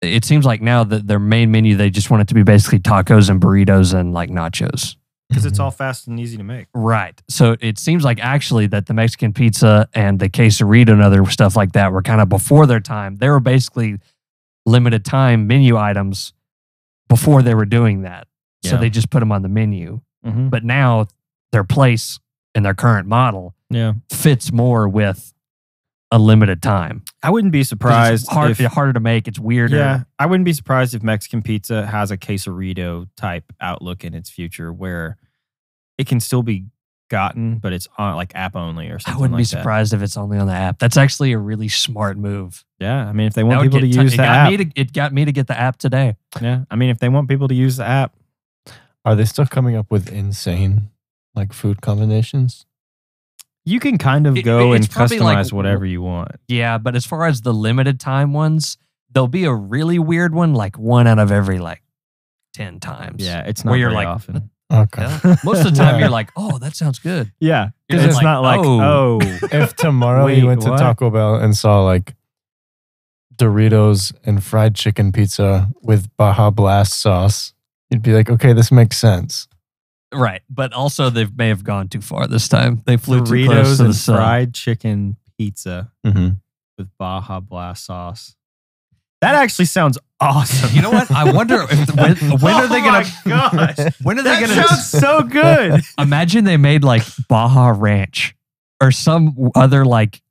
Speaker 1: It seems like now that their main menu, they just want it to be basically tacos and burritos and like nachos.
Speaker 2: because it's all fast and easy to make.
Speaker 1: Right. So it seems like actually that the Mexican pizza and the quesarito and other stuff like that were kind of before their time. They were basically limited time menu items before they were doing that. So
Speaker 2: Yeah.
Speaker 1: they just put them on the menu.
Speaker 2: Mm-hmm.
Speaker 1: But now their place in their current model
Speaker 2: Yeah,
Speaker 1: fits more with a limited time.
Speaker 2: I wouldn't be
Speaker 1: 'Cause it's
Speaker 2: surprised.
Speaker 1: hard-
Speaker 2: if,
Speaker 1: harder to make. It's weirder.
Speaker 2: Yeah, I wouldn't be surprised if Mexican pizza has a quesarito type outlook in its future, where it can still be gotten, but it's on like app only or
Speaker 1: I
Speaker 2: something.
Speaker 1: wouldn't
Speaker 2: like
Speaker 1: be
Speaker 2: that.
Speaker 1: surprised if it's only on the app. That's actually a really smart move.
Speaker 2: Yeah, I mean, if they
Speaker 1: That
Speaker 2: want
Speaker 1: would
Speaker 2: people to
Speaker 1: get t-
Speaker 2: use
Speaker 1: it
Speaker 2: the
Speaker 1: got
Speaker 2: app,
Speaker 1: Me to, it got me to get the app today.
Speaker 2: yeah, I mean, if they want people to use the app,
Speaker 3: Are they still coming up with insane like food combinations?
Speaker 2: you can kind of
Speaker 1: It-
Speaker 2: go
Speaker 1: it's
Speaker 2: and
Speaker 1: probably
Speaker 2: customize
Speaker 1: like-
Speaker 2: whatever you want.
Speaker 1: Yeah, but as far as the limited time ones, there'll be a really weird one, like one out of every like ten times.
Speaker 2: Yeah, it's not
Speaker 1: Where you're
Speaker 2: very
Speaker 1: like,
Speaker 2: often.
Speaker 3: Okay.
Speaker 1: Yeah. Most of the time,
Speaker 3: Yeah.
Speaker 1: you're like, "Oh, that sounds good."
Speaker 2: Yeah,
Speaker 1: You're
Speaker 2: because it's
Speaker 1: like,
Speaker 2: not like
Speaker 1: "Oh."
Speaker 2: oh,
Speaker 3: If tomorrow
Speaker 2: Wait,
Speaker 3: you went to
Speaker 2: what?
Speaker 3: Taco Bell and saw like Doritos and fried chicken pizza with Baja Blast sauce, you'd be like, okay, this makes sense.
Speaker 1: Right, but also they may have gone too far this time. They flew too close to
Speaker 2: Doritos
Speaker 1: the
Speaker 2: and
Speaker 1: sun.
Speaker 2: fried chicken pizza
Speaker 3: Mm-hmm.
Speaker 2: with Baja Blast sauce. Hmm. That actually sounds awesome.
Speaker 1: You know what? I wonder if when, when are they gonna?
Speaker 2: Oh my gosh,
Speaker 1: When are they
Speaker 2: that
Speaker 1: gonna?
Speaker 2: sounds so good.
Speaker 1: Imagine they made like Baja Ranch or some other like.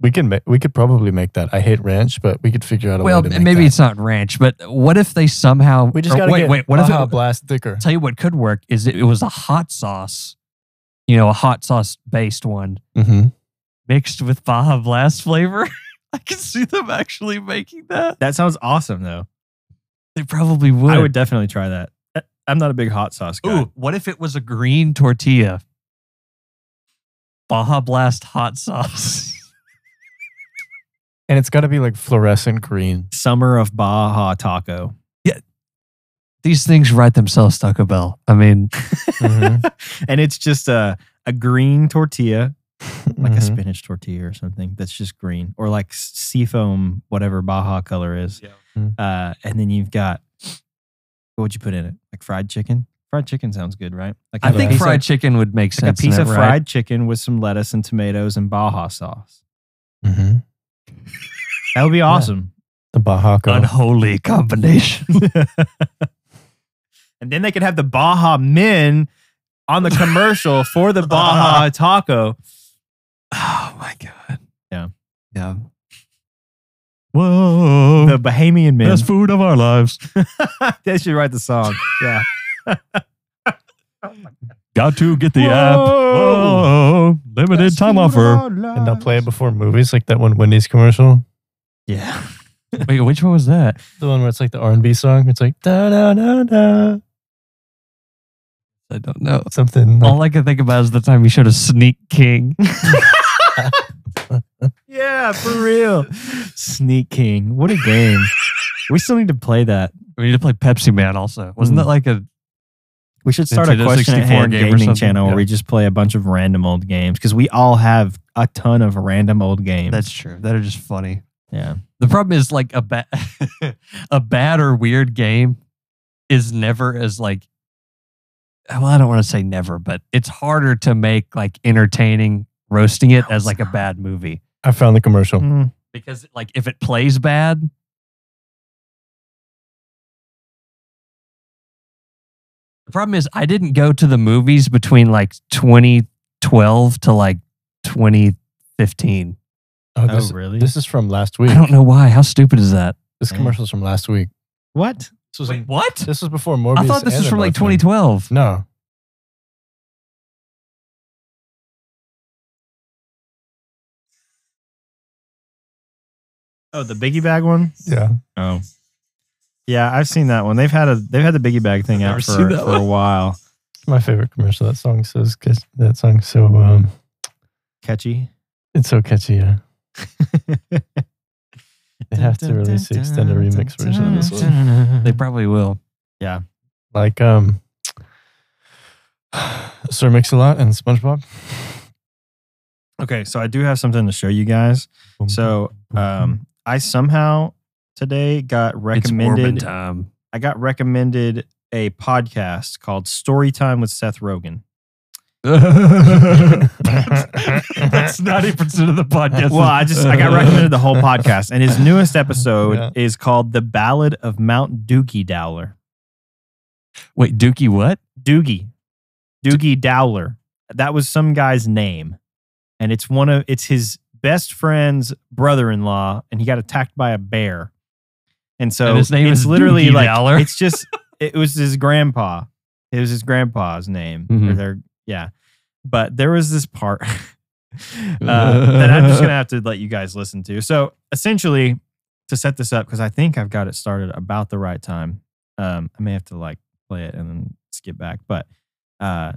Speaker 3: We can make. We could probably make that. I hate ranch, but we could figure out a
Speaker 1: Well,
Speaker 3: way to make
Speaker 1: maybe
Speaker 3: that.
Speaker 1: it's not ranch, but what if they somehow?
Speaker 3: we just
Speaker 1: or
Speaker 3: gotta
Speaker 1: wait.
Speaker 3: get
Speaker 1: wait, what if
Speaker 3: Baja
Speaker 1: it,
Speaker 3: blast thicker?
Speaker 1: tell you what could work is it, it was a hot sauce, you know, a hot sauce based one
Speaker 3: Mm-hmm.
Speaker 1: mixed with Baja Blast flavor. I can see them actually making that.
Speaker 2: That sounds awesome though.
Speaker 1: They probably would.
Speaker 2: I would definitely try that. Uh, I'm not a big hot sauce guy.
Speaker 1: Ooh, what if it was a green tortilla? Baja Blast hot sauce.
Speaker 3: And it's got to be like fluorescent green.
Speaker 2: Summer of Baja Taco.
Speaker 1: These things write themselves, Taco Bell. I mean, Mm-hmm.
Speaker 2: and it's just a, a green tortilla, like
Speaker 1: Mm-hmm.
Speaker 2: a
Speaker 3: Mhm.
Speaker 2: spinach tortilla or something that's just green, or like s- seafoam, whatever Baja color is.
Speaker 1: Yeah.
Speaker 3: Mm.
Speaker 2: Uh, and then you've got what would you put in it? Like fried chicken? Fried chicken sounds good, right? Like
Speaker 1: I
Speaker 2: have a
Speaker 1: think
Speaker 2: piece of-
Speaker 1: fried chicken would make
Speaker 2: like a
Speaker 1: sense. in
Speaker 2: piece
Speaker 1: it,
Speaker 2: of
Speaker 1: right?
Speaker 2: fried chicken with some lettuce and tomatoes and Baja sauce.
Speaker 1: Mm-hmm.
Speaker 3: Mhm.
Speaker 2: That would be awesome.
Speaker 3: The Baja. Girl.
Speaker 1: unholy combination.
Speaker 2: and then they could have the Baja men on the commercial for the Baja taco.
Speaker 1: Oh my god.
Speaker 2: Yeah.
Speaker 1: Yeah. Whoa.
Speaker 2: The Bahamian men.
Speaker 1: best food of our lives.
Speaker 2: they should write the song. Yeah.
Speaker 1: Got to get the app.
Speaker 2: Whoa.
Speaker 1: Whoa. Limited
Speaker 2: Best
Speaker 1: time
Speaker 2: food of
Speaker 1: offer.
Speaker 2: our
Speaker 3: And they'll play it
Speaker 2: lives.
Speaker 3: before movies, like that one Wendy's commercial.
Speaker 2: Yeah.
Speaker 1: Wait, which one was that?
Speaker 3: The one where it's like the R and B song. It's like da da da da
Speaker 1: I don't know.
Speaker 3: something. Like,
Speaker 1: All I can think about is the time you showed a sneak king.
Speaker 2: Yeah, for real. Sneak King. What a game. we still need to play that.
Speaker 1: We need to play Pepsi Man also. Wasn't that like a
Speaker 2: We should start
Speaker 1: Nintendo
Speaker 2: a question
Speaker 1: 64
Speaker 2: at hand
Speaker 1: game or
Speaker 2: gaming
Speaker 1: something,
Speaker 2: channel
Speaker 1: yeah.
Speaker 2: where we just play a bunch of random old games because we all have a ton of random old games.
Speaker 1: that's true. That are just funny.
Speaker 2: yeah.
Speaker 1: The problem is like a bad a bad or weird game is never as like well, I don't want to say never, but it's harder to make like entertaining roasting it
Speaker 2: No,
Speaker 1: as
Speaker 2: it's
Speaker 1: like a
Speaker 2: not.
Speaker 1: bad movie.
Speaker 3: I found the
Speaker 1: Oh,
Speaker 3: commercial.
Speaker 2: Mm.
Speaker 1: Because like if it plays bad, the problem is I didn't go to the movies between like 2012 to like 2015.
Speaker 3: Oh,
Speaker 2: Oh,
Speaker 3: this,
Speaker 2: really?
Speaker 3: this is from last week.
Speaker 1: I don't know why. How stupid is that?
Speaker 3: This
Speaker 2: Man.
Speaker 3: commercial's from last week.
Speaker 2: what?
Speaker 3: This was in-
Speaker 1: what?
Speaker 3: this was before Morbius.
Speaker 1: I thought this
Speaker 3: and
Speaker 1: was
Speaker 3: the
Speaker 1: from like
Speaker 3: Northman.
Speaker 1: 2012.
Speaker 3: No,
Speaker 2: Oh, the Biggie Bag one?
Speaker 3: yeah,
Speaker 2: Oh. Yeah, I've seen that one. They've had a they've had the Biggie Bag thing
Speaker 1: I've
Speaker 2: out
Speaker 1: never
Speaker 2: for,
Speaker 1: seen that
Speaker 2: for a while.
Speaker 3: my favorite commercial. That song says cause that song's so um,
Speaker 2: Catchy.
Speaker 3: it's so catchy. Yeah, they have to release the extended remix version of this one.
Speaker 1: They probably will.
Speaker 3: Like um, Sir Mix-a-Lot and SpongeBob.
Speaker 2: Okay, so I do have something to show you guys.
Speaker 3: Boom,
Speaker 2: So,
Speaker 3: boom, boom.
Speaker 2: Um, I somehow today got
Speaker 1: It's Mormon
Speaker 2: recommended.
Speaker 1: time.
Speaker 2: I got recommended a podcast called Storytime with Seth Rogen.
Speaker 1: That's ninety percent of the podcast.
Speaker 2: Well, I just I got recommended the whole podcast, and his newest episode
Speaker 3: Yeah.
Speaker 2: is called "The Ballad of Mount Doogie Dowler."
Speaker 1: Wait, Dookie, what?
Speaker 2: Doogie, Doogie Dowler. That was some guy's name, and it's one of it's his best friend's brother-in-law, and he got attacked by a bear. And so
Speaker 1: And his name
Speaker 2: it's
Speaker 1: is
Speaker 2: literally
Speaker 1: Doogie
Speaker 2: like
Speaker 1: Dowler?
Speaker 2: it's just it was his grandpa. It was his grandpa's name. Or
Speaker 1: Mhm.
Speaker 2: their yeah. But there was this part uh, that I'm just gonna have to let you guys listen to. So essentially, to set this up, because I think I've got it started about the right time. Um, I may have to like play it and then skip back, but uh,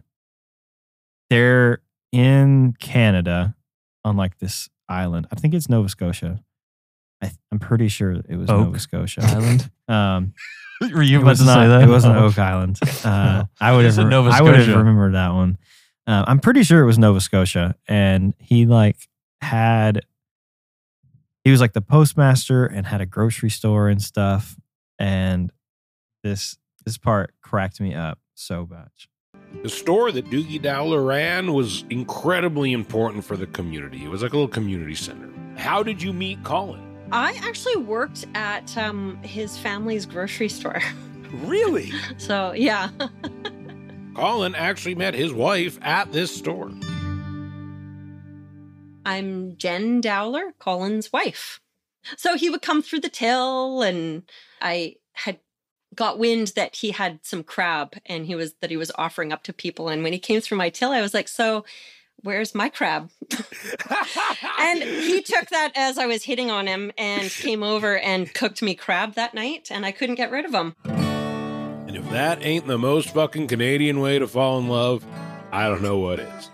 Speaker 2: they're in Canada on like this island. I think it's Nova Scotia. I th- I'm pretty sure it was
Speaker 1: Oak
Speaker 2: Nova Scotia.
Speaker 1: Island.
Speaker 2: Um,
Speaker 1: Were you
Speaker 2: it
Speaker 1: about
Speaker 2: was
Speaker 1: to
Speaker 2: not,
Speaker 1: say that?
Speaker 2: It wasn't
Speaker 1: Oh.
Speaker 2: Oak Island. Uh, I would
Speaker 1: It
Speaker 2: have.
Speaker 1: said Nova
Speaker 2: I would have
Speaker 1: Scotia.
Speaker 2: remembered that one. Uh, I'm pretty sure it was Nova Scotia, and he like had. He was like the postmaster and had a grocery store and stuff, and this This part cracked me up so much.
Speaker 4: The store that Doogie Dowler ran was incredibly important for the community. It was like a little community center. How did you meet Colin?
Speaker 5: I actually worked at um, his family's grocery store.
Speaker 4: Really?
Speaker 5: So, yeah.
Speaker 4: Colin actually met his wife at this store.
Speaker 5: I'm Jen Dowler, Colin's wife. So he would come through the till, and I had got wind that he had some crab and he was that he was offering up to people. And when he came through my till, I was like, "So, where's my crab?" and he took that as I was hitting on him and came over and cooked me crab that night, and I couldn't get rid of him.
Speaker 4: And if that ain't the most fucking Canadian way to fall in love, I don't know what is.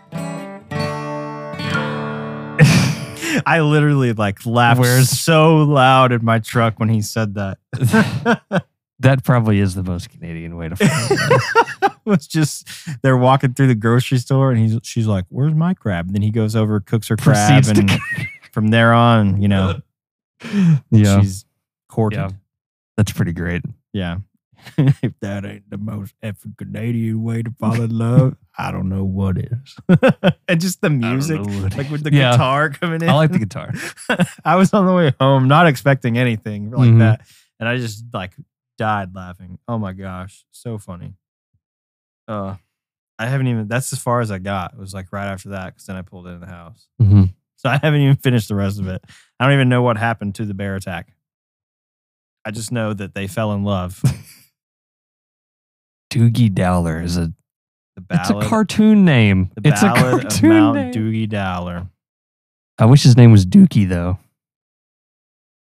Speaker 2: I literally like laughed
Speaker 1: Where's-
Speaker 2: so loud in my truck when he said that.
Speaker 1: That probably is the most Canadian way to find it.
Speaker 2: was just they're walking through the grocery store and he's she's like, "Where's my crab?" And then he goes over, cooks her crab,
Speaker 1: Proceeds
Speaker 2: and
Speaker 1: to-
Speaker 2: from there on, you know,
Speaker 1: yeah,
Speaker 2: she's courted.
Speaker 1: Yeah. that's pretty great.
Speaker 2: Yeah. if that ain't the most effing Canadian way to fall in love, I don't know what is. and just the
Speaker 1: I don't
Speaker 2: music,
Speaker 1: know what-
Speaker 2: like with the
Speaker 1: Yeah.
Speaker 2: guitar coming in.
Speaker 1: I like the guitar.
Speaker 2: I was on the way home, not expecting anything like
Speaker 1: Mhm.
Speaker 2: that, and I just like died laughing. Oh my gosh, so funny. Uh, I haven't even. That's as far as I got. It was like right after that because then I pulled into the house,
Speaker 1: Mhm.
Speaker 2: so I haven't even finished the rest of it. I don't even know what happened to the bear attack. I just know that they fell in love.
Speaker 1: Doogie Dowler is a
Speaker 2: The
Speaker 1: it's a
Speaker 2: ballad,
Speaker 1: cartoon name.
Speaker 2: the
Speaker 1: It's a
Speaker 2: ballad of
Speaker 1: cartoon name.
Speaker 2: Mount Doogie Dowler.
Speaker 1: I wish his name was Dookie though.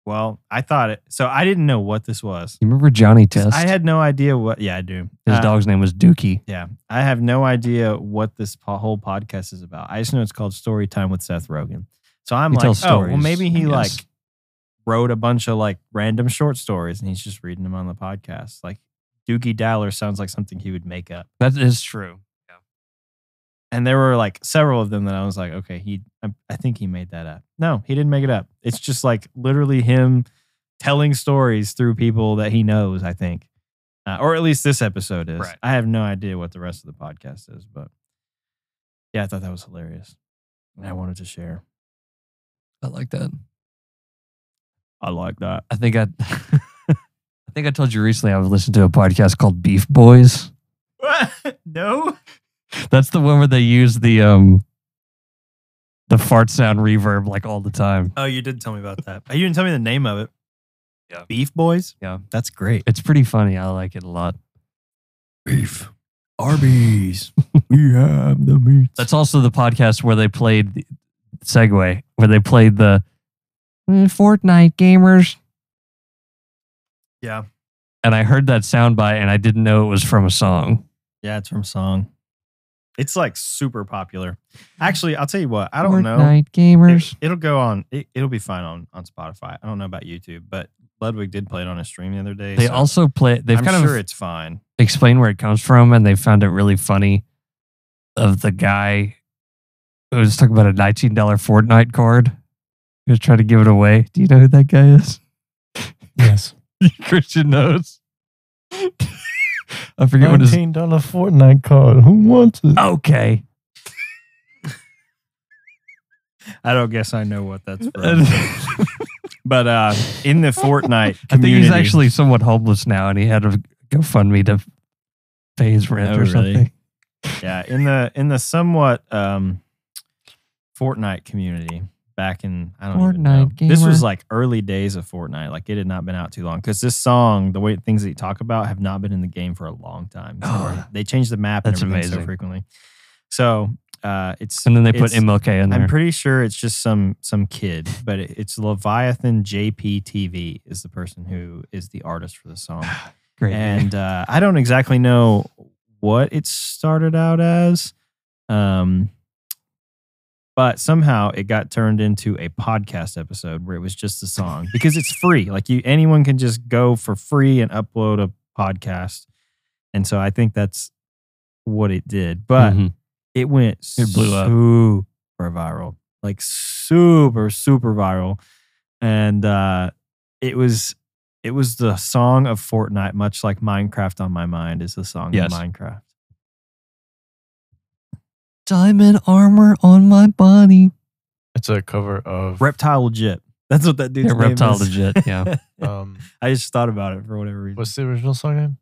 Speaker 2: Well, I thought it. So I didn't know what this was.
Speaker 1: You remember Johnny Test?
Speaker 2: I had no idea what. Yeah, I do.
Speaker 1: his
Speaker 2: Uh,
Speaker 1: dog's name was Dookie.
Speaker 2: Yeah, I have no idea what this po- whole podcast is about. I just know it's called Story Time with Seth Rogen. So I'm
Speaker 1: He
Speaker 2: like,
Speaker 1: tells
Speaker 2: oh, well,
Speaker 1: stories,
Speaker 2: maybe he
Speaker 1: I
Speaker 2: like
Speaker 1: guess."
Speaker 2: wrote a bunch of like random short stories and he's just reading them on the podcast. Like Doogie Dowler sounds like something he would make up.
Speaker 1: That is true.
Speaker 2: And there were like several of them that I was like, okay, he, I, I think he made that up. No, he didn't make it up. It's just like literally him telling stories through people that he knows. I think, uh, or at least this episode is.
Speaker 1: Right.
Speaker 2: I have no idea what the rest of the podcast is, but yeah, I thought that was hilarious, and I wanted to share.
Speaker 1: I like that.
Speaker 2: I like that.
Speaker 1: I think I, I think I told you recently I was listening to a podcast called Beef Boys.
Speaker 2: no,
Speaker 1: That's the one where they use the um, the fart sound reverb like all the time.
Speaker 2: oh, you did tell me about that. Oh, You didn't tell me the name of it.
Speaker 1: Yeah.
Speaker 2: Beef Boys.
Speaker 1: Yeah.
Speaker 2: that's great.
Speaker 1: It's pretty funny. I like it a lot.
Speaker 2: Beef, Arby's. we have the meat.
Speaker 1: That's also the podcast where they played the segue where they played the "Mm, Fortnite gamers.
Speaker 2: Yeah.
Speaker 1: And I heard that soundbite and I didn't know it was from a song.
Speaker 2: Yeah, it's from Song. It's like super popular. Actually, I'll tell you what. I don't know.
Speaker 1: Fortnite gamers.
Speaker 2: It, will go on. It, it'll be fine on on Spotify. I don't know about YouTube, but Ludwig did play it on a stream the other day.
Speaker 1: They
Speaker 2: so
Speaker 1: also play. They've
Speaker 2: I'm
Speaker 1: kind
Speaker 2: sure
Speaker 1: of
Speaker 2: it's fine.
Speaker 1: explained where it comes from, and they found it really funny. Of the guy who was talking about a nineteen dollar Fortnite card, he was trying to give it away. Do you know who that guy is?
Speaker 3: Yes.
Speaker 1: Christian knows. I forget what his.
Speaker 3: Nineteen dollar Fortnite card. Who wants it?
Speaker 1: Okay,
Speaker 2: I don't guess I know what that's
Speaker 1: And-
Speaker 2: from. but uh, in the Fortnite, community,
Speaker 1: I think he's actually somewhat homeless now, and he had a GoFundMe to pay his rent
Speaker 2: Oh,
Speaker 1: or
Speaker 2: really?
Speaker 1: something.
Speaker 2: yeah in the in the somewhat um, Fortnite community back in I don't even know.
Speaker 1: Fortnite
Speaker 2: This was
Speaker 1: gamer.
Speaker 2: like early days of Fortnite. Like it had not been out too long because this song, the way things that you talk about, have not been in the game for a long time.
Speaker 1: Oh,
Speaker 2: Or they changed the map and
Speaker 1: that's
Speaker 2: everything so
Speaker 1: amazing.
Speaker 2: frequently. So uh, it's
Speaker 1: And then they put
Speaker 2: it's-
Speaker 1: MLK in there.
Speaker 2: I'm pretty sure it's just some some kid, but it, it's Leviathan JPTV is the person who is the artist for the song
Speaker 1: Great.
Speaker 2: and uh, I don't exactly know what it started out as, um, but somehow it got turned into a podcast episode where it was just the song because it's free. Like you, anyone can just go for free and upload a podcast, and so I think that's what it did. But
Speaker 1: Mhm.
Speaker 2: it went
Speaker 1: It blew up.
Speaker 2: super viral like super super viral and uh it was It was the song of Fortnite, much like Minecraft on my mind is the song
Speaker 1: Yes.
Speaker 2: of Minecraft.
Speaker 1: Diamond armor on my body.
Speaker 3: It's a cover of
Speaker 2: Reptile legit. That's what that dude's
Speaker 1: Yeah,
Speaker 2: name
Speaker 1: Reptile
Speaker 2: is.
Speaker 1: Legit, yeah.
Speaker 3: Um,
Speaker 2: I just thought about it for whatever reason.
Speaker 3: what's the original song name?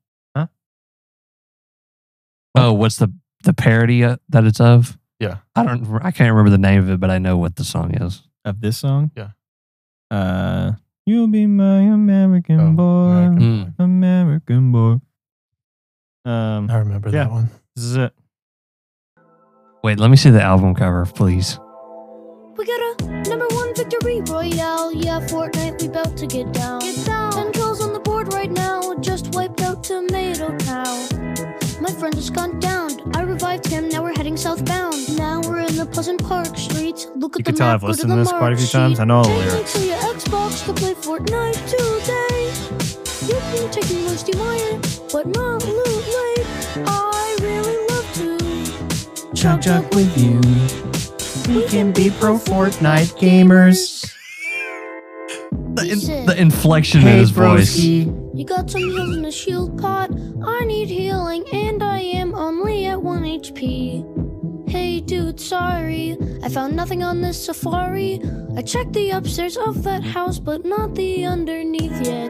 Speaker 1: Oh, what's the the parody uh, that it's of?
Speaker 3: Yeah.
Speaker 1: I don't. I can't remember the name of it, but I know what the song is.
Speaker 2: of this song?
Speaker 3: Yeah.
Speaker 2: Uh, you'll be my American
Speaker 3: Oh,
Speaker 2: boy,
Speaker 3: American
Speaker 1: Mm.
Speaker 3: Boy.
Speaker 2: American boy. Um,
Speaker 3: I remember
Speaker 2: Yeah.
Speaker 3: that one.
Speaker 2: this is it.
Speaker 1: Wait, let me see the album cover, please.
Speaker 6: We got a number one victory royale. Yeah, Fortnite, we bout to get down. Get down. Ten kills on the board right now. Just wiped out Tomato Town. My friend is gone down. I revived him. Now we're heading southbound. Now we're in the Pleasant Park streets. Look
Speaker 2: You
Speaker 6: at
Speaker 2: can
Speaker 6: the
Speaker 2: tell
Speaker 6: map,
Speaker 2: I've
Speaker 6: go to
Speaker 2: listened
Speaker 6: the
Speaker 2: to this quite a
Speaker 6: mark
Speaker 2: few times.
Speaker 6: sheet.
Speaker 2: I know all the
Speaker 6: Take
Speaker 2: lyrics.
Speaker 6: it to your Xbox to play Fortnite today. You can take me Rusty Meyer, but not loot late. I really love to
Speaker 2: Chuck Chuck with you.
Speaker 6: We can be pro Fortnite
Speaker 2: gamers.
Speaker 1: The, in,
Speaker 6: Listen.
Speaker 1: the inflection in his voice.
Speaker 6: You got some heals in a shield pot. I need healing, and I am only at 1 HP. Hey, dude, sorry. I found nothing on this safari. I checked the upstairs of that house, but not the underneath yet.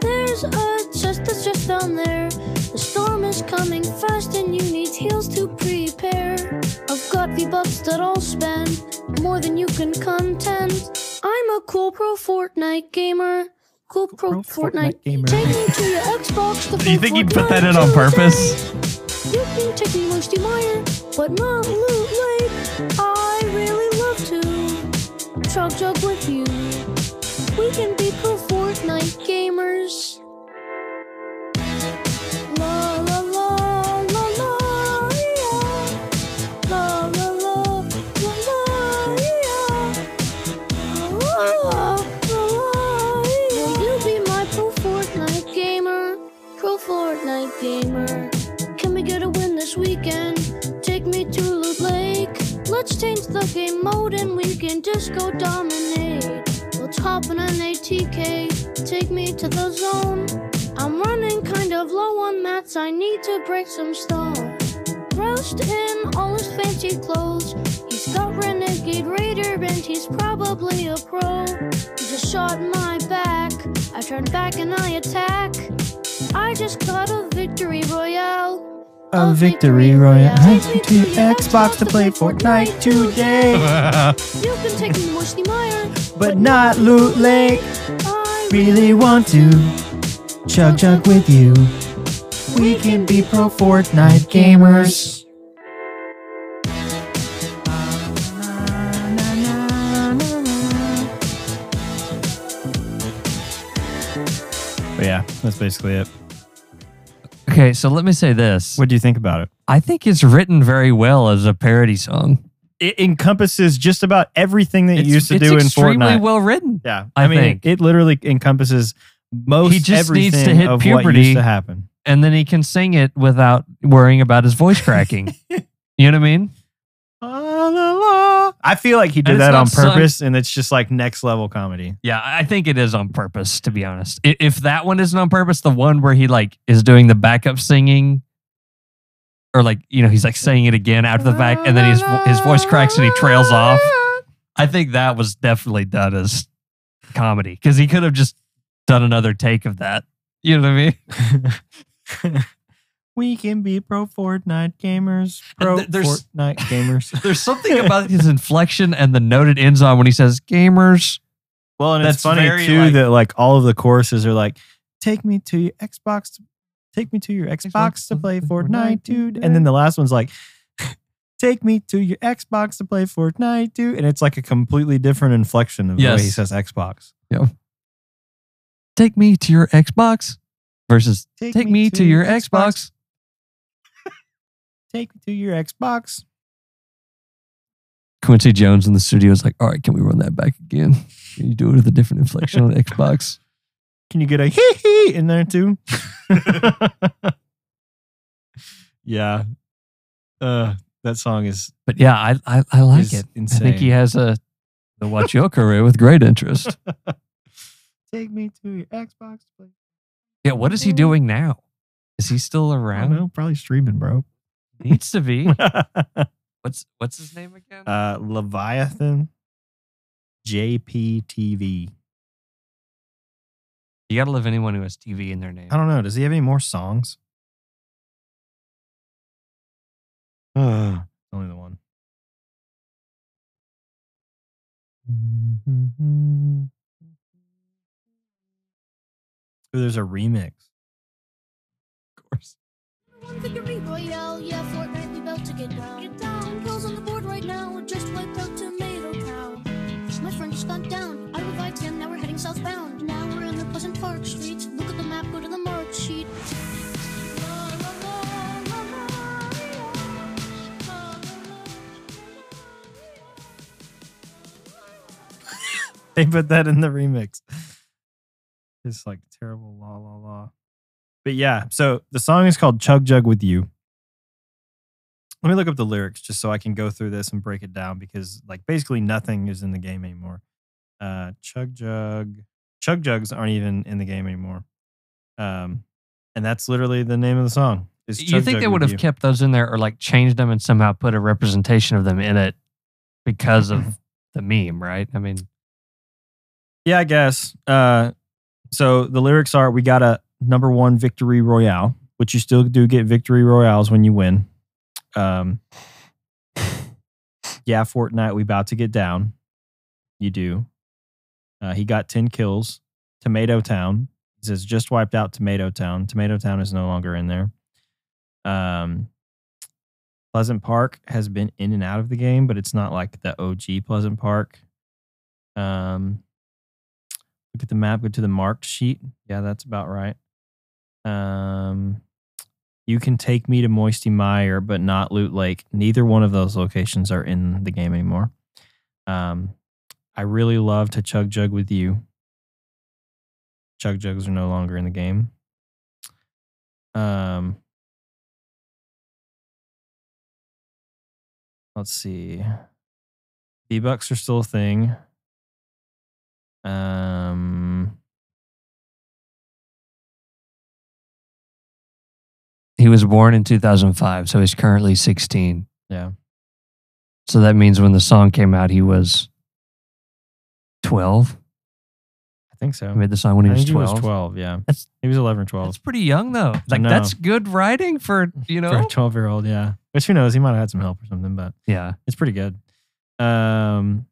Speaker 6: There's a chest that's just down there. The storm is coming fast, and you need heals to prepare. I've got V-Bucks that I'll spend, more than you can contend. I'm a cool pro Fortnite gamer. Cool pro, Fortnite, gamer. Take me to your Xbox to
Speaker 1: Do you
Speaker 6: play
Speaker 1: think he put that
Speaker 6: Fortnite
Speaker 1: in on
Speaker 6: today.
Speaker 1: purpose?
Speaker 6: You can take me Rusty Meyer, but not loot late. I really love to chug chug with you. We can be pro Fortnite gamers. La la la la la yeah. La la la la la yeah. Will you be my pro Fortnite gamer? Pro Fortnite gamer. Can we get a win this weekend? Take me to Loot Lake. Let's change the game mode and we can disco dominate. Let's hop on an ATK. Take me to the zone. I'm running kind of low on mats. I need to break some stone. Dressed in all his fancy clothes. He's got Renegade Raider and he's probably a pro. He just shot my back. I turn back and I attack. I just got a victory royale.
Speaker 2: A victory royale. Take me to your Xbox to play Fortnite today,
Speaker 6: You can take me to Musty Meyer,
Speaker 2: but not Loot Lake.
Speaker 6: I
Speaker 2: Really want to chug chug with you. We can be pro Fortnite gamers. But yeah, that's basically it.
Speaker 1: Okay, so let me say this.
Speaker 2: What do you think about it?
Speaker 1: I think it's written very well as a parody song.
Speaker 2: It encompasses just about everything that
Speaker 1: It's,
Speaker 2: you used to
Speaker 1: it's
Speaker 2: do in
Speaker 1: extremely
Speaker 2: Fortnite.
Speaker 1: well written.
Speaker 2: yeah,
Speaker 1: I
Speaker 2: I, mean,
Speaker 1: think.
Speaker 2: it literally encompasses most
Speaker 1: He just
Speaker 2: everything
Speaker 1: needs to hit
Speaker 2: of what
Speaker 1: puberty.
Speaker 2: used to happen.
Speaker 1: And then he can sing it without worrying about his voice cracking. you know what I mean?
Speaker 2: I feel like he did
Speaker 1: And it's
Speaker 2: that
Speaker 1: not
Speaker 2: on
Speaker 1: sung-
Speaker 2: purpose, and it's just like next level comedy.
Speaker 1: Yeah, I I think it is on purpose, to be honest. I- If that one isn't on purpose, the one where he like is doing the backup singing, or like you know he's like saying it again after the fact, and then his vo- his voice cracks and he trails off. I think that was definitely done as comedy because he could have just done another take of that. You know what I mean?
Speaker 2: We can be pro Fortnite gamers,
Speaker 1: And
Speaker 2: pro
Speaker 1: th- there's-
Speaker 2: Fortnite gamers.
Speaker 1: There's something about his inflection and the note it ends on when he says "gamers."
Speaker 2: Well, and
Speaker 1: That's
Speaker 2: it's funny
Speaker 1: very,
Speaker 2: too
Speaker 1: like-
Speaker 2: that like all of the choruses are like, "Take me to your Xbox, to- take me to your Xbox to play Fortnite, dude," and then the last one's like. Take me to your Xbox to play Fortnite, dude. And it's like a completely different inflection of the way
Speaker 1: Yes.
Speaker 2: he says Xbox.
Speaker 1: Take me to your Xbox versus Take, me, to your Xbox.
Speaker 2: Take me to your Xbox.
Speaker 1: Quincy Jones in the studio is like, all right, can we run that back again? Can you do it with a different inflection on Xbox?
Speaker 2: Can you get a hee hee in there too? yeah. Uh, that song is,
Speaker 1: But yeah, I I, I like
Speaker 2: is
Speaker 1: it.
Speaker 2: insane.
Speaker 1: I think he has a the Watch Your Career with great interest.
Speaker 2: Take me to your Xbox. Please.
Speaker 1: Yeah, what is he doing now? Is he still
Speaker 2: I don't
Speaker 1: around?
Speaker 2: know. Probably streaming, bro.
Speaker 1: Needs to be. What's what's his name again?
Speaker 2: uh, Leviathan JPTV.
Speaker 1: you gotta love anyone who has TV in their name.
Speaker 2: I don't know. Does he have any more songs? Uh, only the one. Ooh, there's a remix.
Speaker 1: Of course.
Speaker 6: Victory Royale, yeah, Fortnite, we about to get down. Get down. Girls on the board right now, just wiped out Tomato Town. My friend just gone down. I revived him, now we're heading southbound. Now we're in the Pleasant Park streets. Look at the map, go to the mark sheet. La, la, la, la, la, la, la, la, la, la.
Speaker 2: They put that in the remix. It's like terrible la la la. But yeah, so the song is called Chug Jug with You. Let me look up the lyrics just so I can go through this and break it down because like basically nothing is in the game anymore. Uh Chug Jug. Chug Jugs aren't even in the game anymore. Um and that's literally the name of the song. is
Speaker 1: you
Speaker 2: Chug
Speaker 1: think
Speaker 2: Jug
Speaker 1: they
Speaker 2: with
Speaker 1: would have
Speaker 2: You.
Speaker 1: kept those in there or like changed them and somehow put a representation of them in it because of the meme, right? I mean,
Speaker 2: Yeah, I guess. Uh, so the lyrics are we got a number one victory royale, which you still do get victory royales when you win. Um, yeah, Fortnite, we about to get down. You do. Uh, he got 10 kills. Tomato Town. He says just wiped out Tomato Town. Tomato Town is no longer in there. Um, Pleasant Park has been in and out of the game, but it's not like the OG Pleasant Park. Um, look at the map, go to the marked sheet. Yeah, that's about right. Um, you can take me to Moisty Mire, but not Loot Lake. Neither one of those locations are in the game anymore. Um, I really love to chug jug with you. Chug jugs are no longer in the game. Um, let's see. V Bucks are still a thing. Um,
Speaker 1: he was born in 2005, so he's currently 16.
Speaker 2: Yeah.
Speaker 1: So that means when the song came out, he was 12.
Speaker 2: I think so.
Speaker 1: I made the song when he
Speaker 2: I
Speaker 1: was
Speaker 2: think
Speaker 1: 12.
Speaker 2: he was 12. Yeah.
Speaker 1: That's-
Speaker 2: he was 11 or 12.
Speaker 1: That's pretty young, though. Like,
Speaker 2: know.
Speaker 1: that's good writing for, you know?
Speaker 2: For a 12 year old, yeah. Which who knows? He might have had some help or something, but
Speaker 1: Yeah.
Speaker 2: it's pretty good. Um,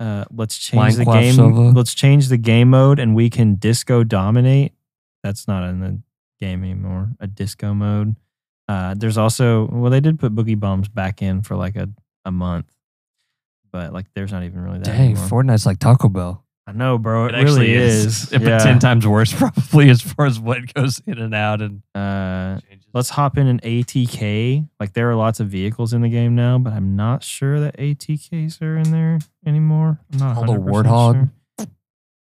Speaker 2: uh, let's change the
Speaker 1: Minecraft
Speaker 2: game.
Speaker 1: Silver.
Speaker 2: Let's change the game mode, and we can disco dominate. That's not in the game anymore. A disco mode. Uh, there's also well, they did put boogie bombs back in for like a, a month, but like there's not even really that.
Speaker 1: Dang,
Speaker 2: anymore.
Speaker 1: Fortnite's like Taco Bell.
Speaker 2: I know, bro. It, really is.
Speaker 1: But
Speaker 2: Yeah.
Speaker 1: 10 times worse, probably, as far as what goes in and out and
Speaker 2: Uh,
Speaker 1: changes.
Speaker 2: let's hop in an ATK. Like there are lots of vehicles in the game now, but I'm not sure that ATKs are in there anymore. I'm not
Speaker 1: Called a
Speaker 2: 100%
Speaker 1: warthog.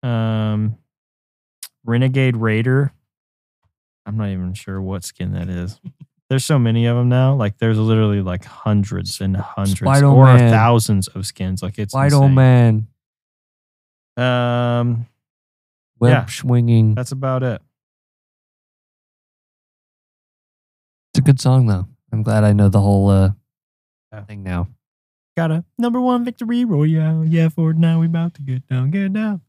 Speaker 2: sure. Um, Renegade Raider. I'm not even sure what skin that is. There's so many of them now. Like there's literally like hundreds and 100s or
Speaker 1: Spider-Man.
Speaker 2: thousands of skins. Like it's
Speaker 1: White
Speaker 2: insane.
Speaker 1: old man,
Speaker 2: Um,
Speaker 1: web
Speaker 2: Yeah.
Speaker 1: swinging.
Speaker 2: that's about it.
Speaker 1: It's a good song, though. I'm glad I know the whole uh,
Speaker 2: Yeah.
Speaker 1: thing now.
Speaker 2: Got a number one victory royale. Yeah, Ford. Now we about to get down, get down.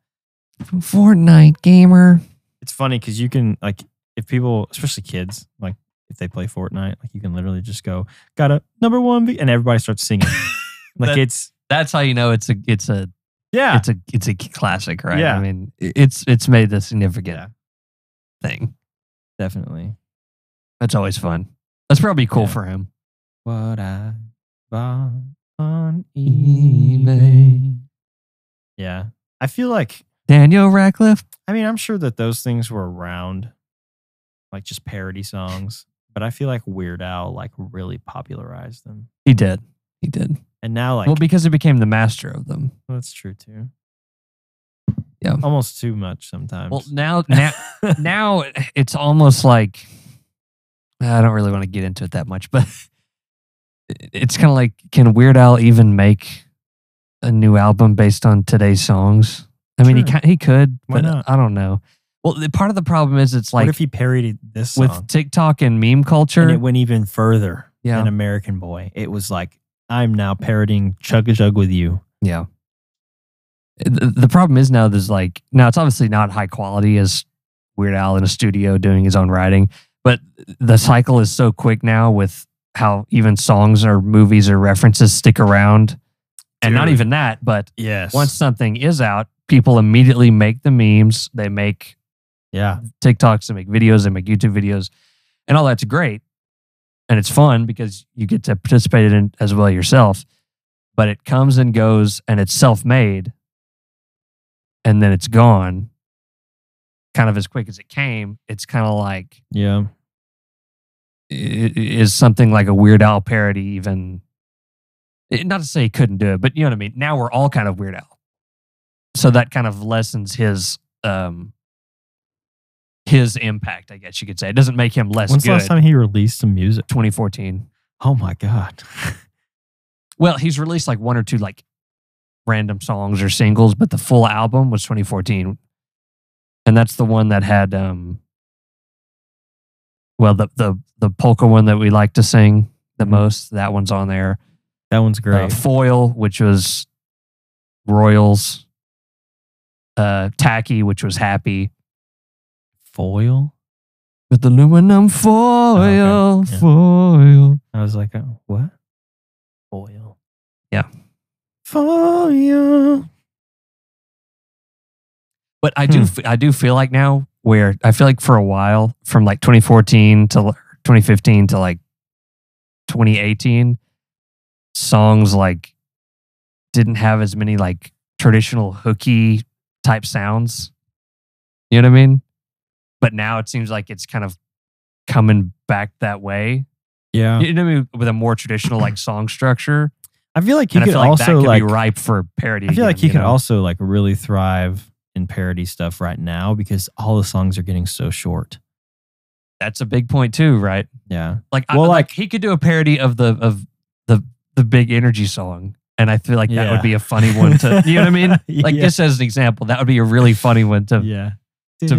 Speaker 1: Fortnite gamer.
Speaker 2: it's funny because you can like if people, especially kids, like if they play Fortnite, like you can literally just go got a number one, vi-" and everybody starts singing. like
Speaker 1: That-
Speaker 2: it's
Speaker 1: That's how you know it's a it's a
Speaker 2: yeah,
Speaker 1: it's a it's a classic, right?
Speaker 2: Yeah.
Speaker 1: I mean, i- it's it's made a significant
Speaker 2: Yeah.
Speaker 1: thing.
Speaker 2: definitely.
Speaker 1: That's always fun. That's probably cool
Speaker 2: Yeah.
Speaker 1: for him.
Speaker 2: What I bought on e
Speaker 1: eBay.
Speaker 2: Yeah, I feel like
Speaker 1: Daniel Radcliffe.
Speaker 2: I mean I'm sure that those things were around, like just parody songs. But I feel like Weird Al like really popularized them,
Speaker 1: He did. He did.
Speaker 2: and now like
Speaker 1: well, because he became the master of them.
Speaker 2: that's true too.
Speaker 1: Yeah.
Speaker 2: almost too much sometimes.
Speaker 1: Well, now now now it's almost like I don't really want to get into it that much, but it- it's kind of like can Weird Al even make a new album based on today's songs? I mean, he
Speaker 2: Sure.
Speaker 1: can, he could,
Speaker 2: Why
Speaker 1: but
Speaker 2: not?
Speaker 1: I don't know. Well, the, part of the problem is it's
Speaker 2: what
Speaker 1: like
Speaker 2: if he parodied this song?
Speaker 1: with TikTok and meme culture.
Speaker 2: and it went even further
Speaker 1: Yeah.
Speaker 2: than American Boy. It was like, I'm now parodying Chug Jug with you.
Speaker 1: yeah. The, the problem is now there's like now it's obviously not high quality as Weird Al in a studio doing his own writing, but the cycle is so quick now with how even songs or movies or references stick around, and not
Speaker 2: Dude.
Speaker 1: even that, but
Speaker 2: Yes.
Speaker 1: once something is out, people immediately make the memes. They make
Speaker 2: yeah.
Speaker 1: TikToks, they make videos, they make YouTube videos, and all that's great. And it's fun because you get to participate in it as well yourself. But it comes and goes and it's self made and then it's gone kind of as quick as it came. It's kind of like,
Speaker 2: Yeah.
Speaker 1: i- i- is something like a Weird Al parody even? i- Not to say he couldn't do it, but you know what I mean? Now we're all kind of Weird Al. So that kind of lessens his. Um, his impact, I guess you could say. It doesn't make him less
Speaker 2: When's the
Speaker 1: good.
Speaker 2: last time he released some music?
Speaker 1: 2014.
Speaker 2: Oh my God.
Speaker 1: Well, he's released like one or two like random songs or singles, but the full album was 2014. And that's the one that had um well the the the polka one that we like to sing the
Speaker 2: Mhm.
Speaker 1: most. That one's on there.
Speaker 2: That one's
Speaker 1: Uh,
Speaker 2: great.
Speaker 1: Foil, which was Royals. Uh Tacky, which was Happy.
Speaker 2: Foil?
Speaker 1: With aluminum foil,
Speaker 2: okay.
Speaker 1: Oh,
Speaker 2: Yeah.
Speaker 1: foil.
Speaker 2: I was like, oh, what? Foil.
Speaker 1: Yeah.
Speaker 2: Foil.
Speaker 1: But I do,
Speaker 2: Hmm.
Speaker 1: f I do feel like now where I feel like for a while, from like 2014 to l- 2015 to like 2018, songs like didn't have as many like traditional hooky type sounds. You know what I mean? But now it seems like it's kind of coming back that way.
Speaker 2: Yeah.
Speaker 1: You know what I mean? With a more traditional like song structure.
Speaker 2: I feel like he
Speaker 1: And I
Speaker 2: could
Speaker 1: feel like that
Speaker 2: also
Speaker 1: could
Speaker 2: like.
Speaker 1: be ripe for parody.
Speaker 2: I feel like
Speaker 1: again,
Speaker 2: he
Speaker 1: you
Speaker 2: could
Speaker 1: know?
Speaker 2: also like really thrive in parody stuff right now because all the songs are getting so short.
Speaker 1: That's a big point too, right?
Speaker 2: Yeah.
Speaker 1: Like, I,
Speaker 2: Well,
Speaker 1: like,
Speaker 2: like-
Speaker 1: he could do a parody of the of the the big energy song, and I feel like that
Speaker 2: Yeah.
Speaker 1: would be a funny one to. You know what I mean? Like
Speaker 2: Yeah.
Speaker 1: just as an example, that would be a really funny one to.
Speaker 2: yeah.
Speaker 1: to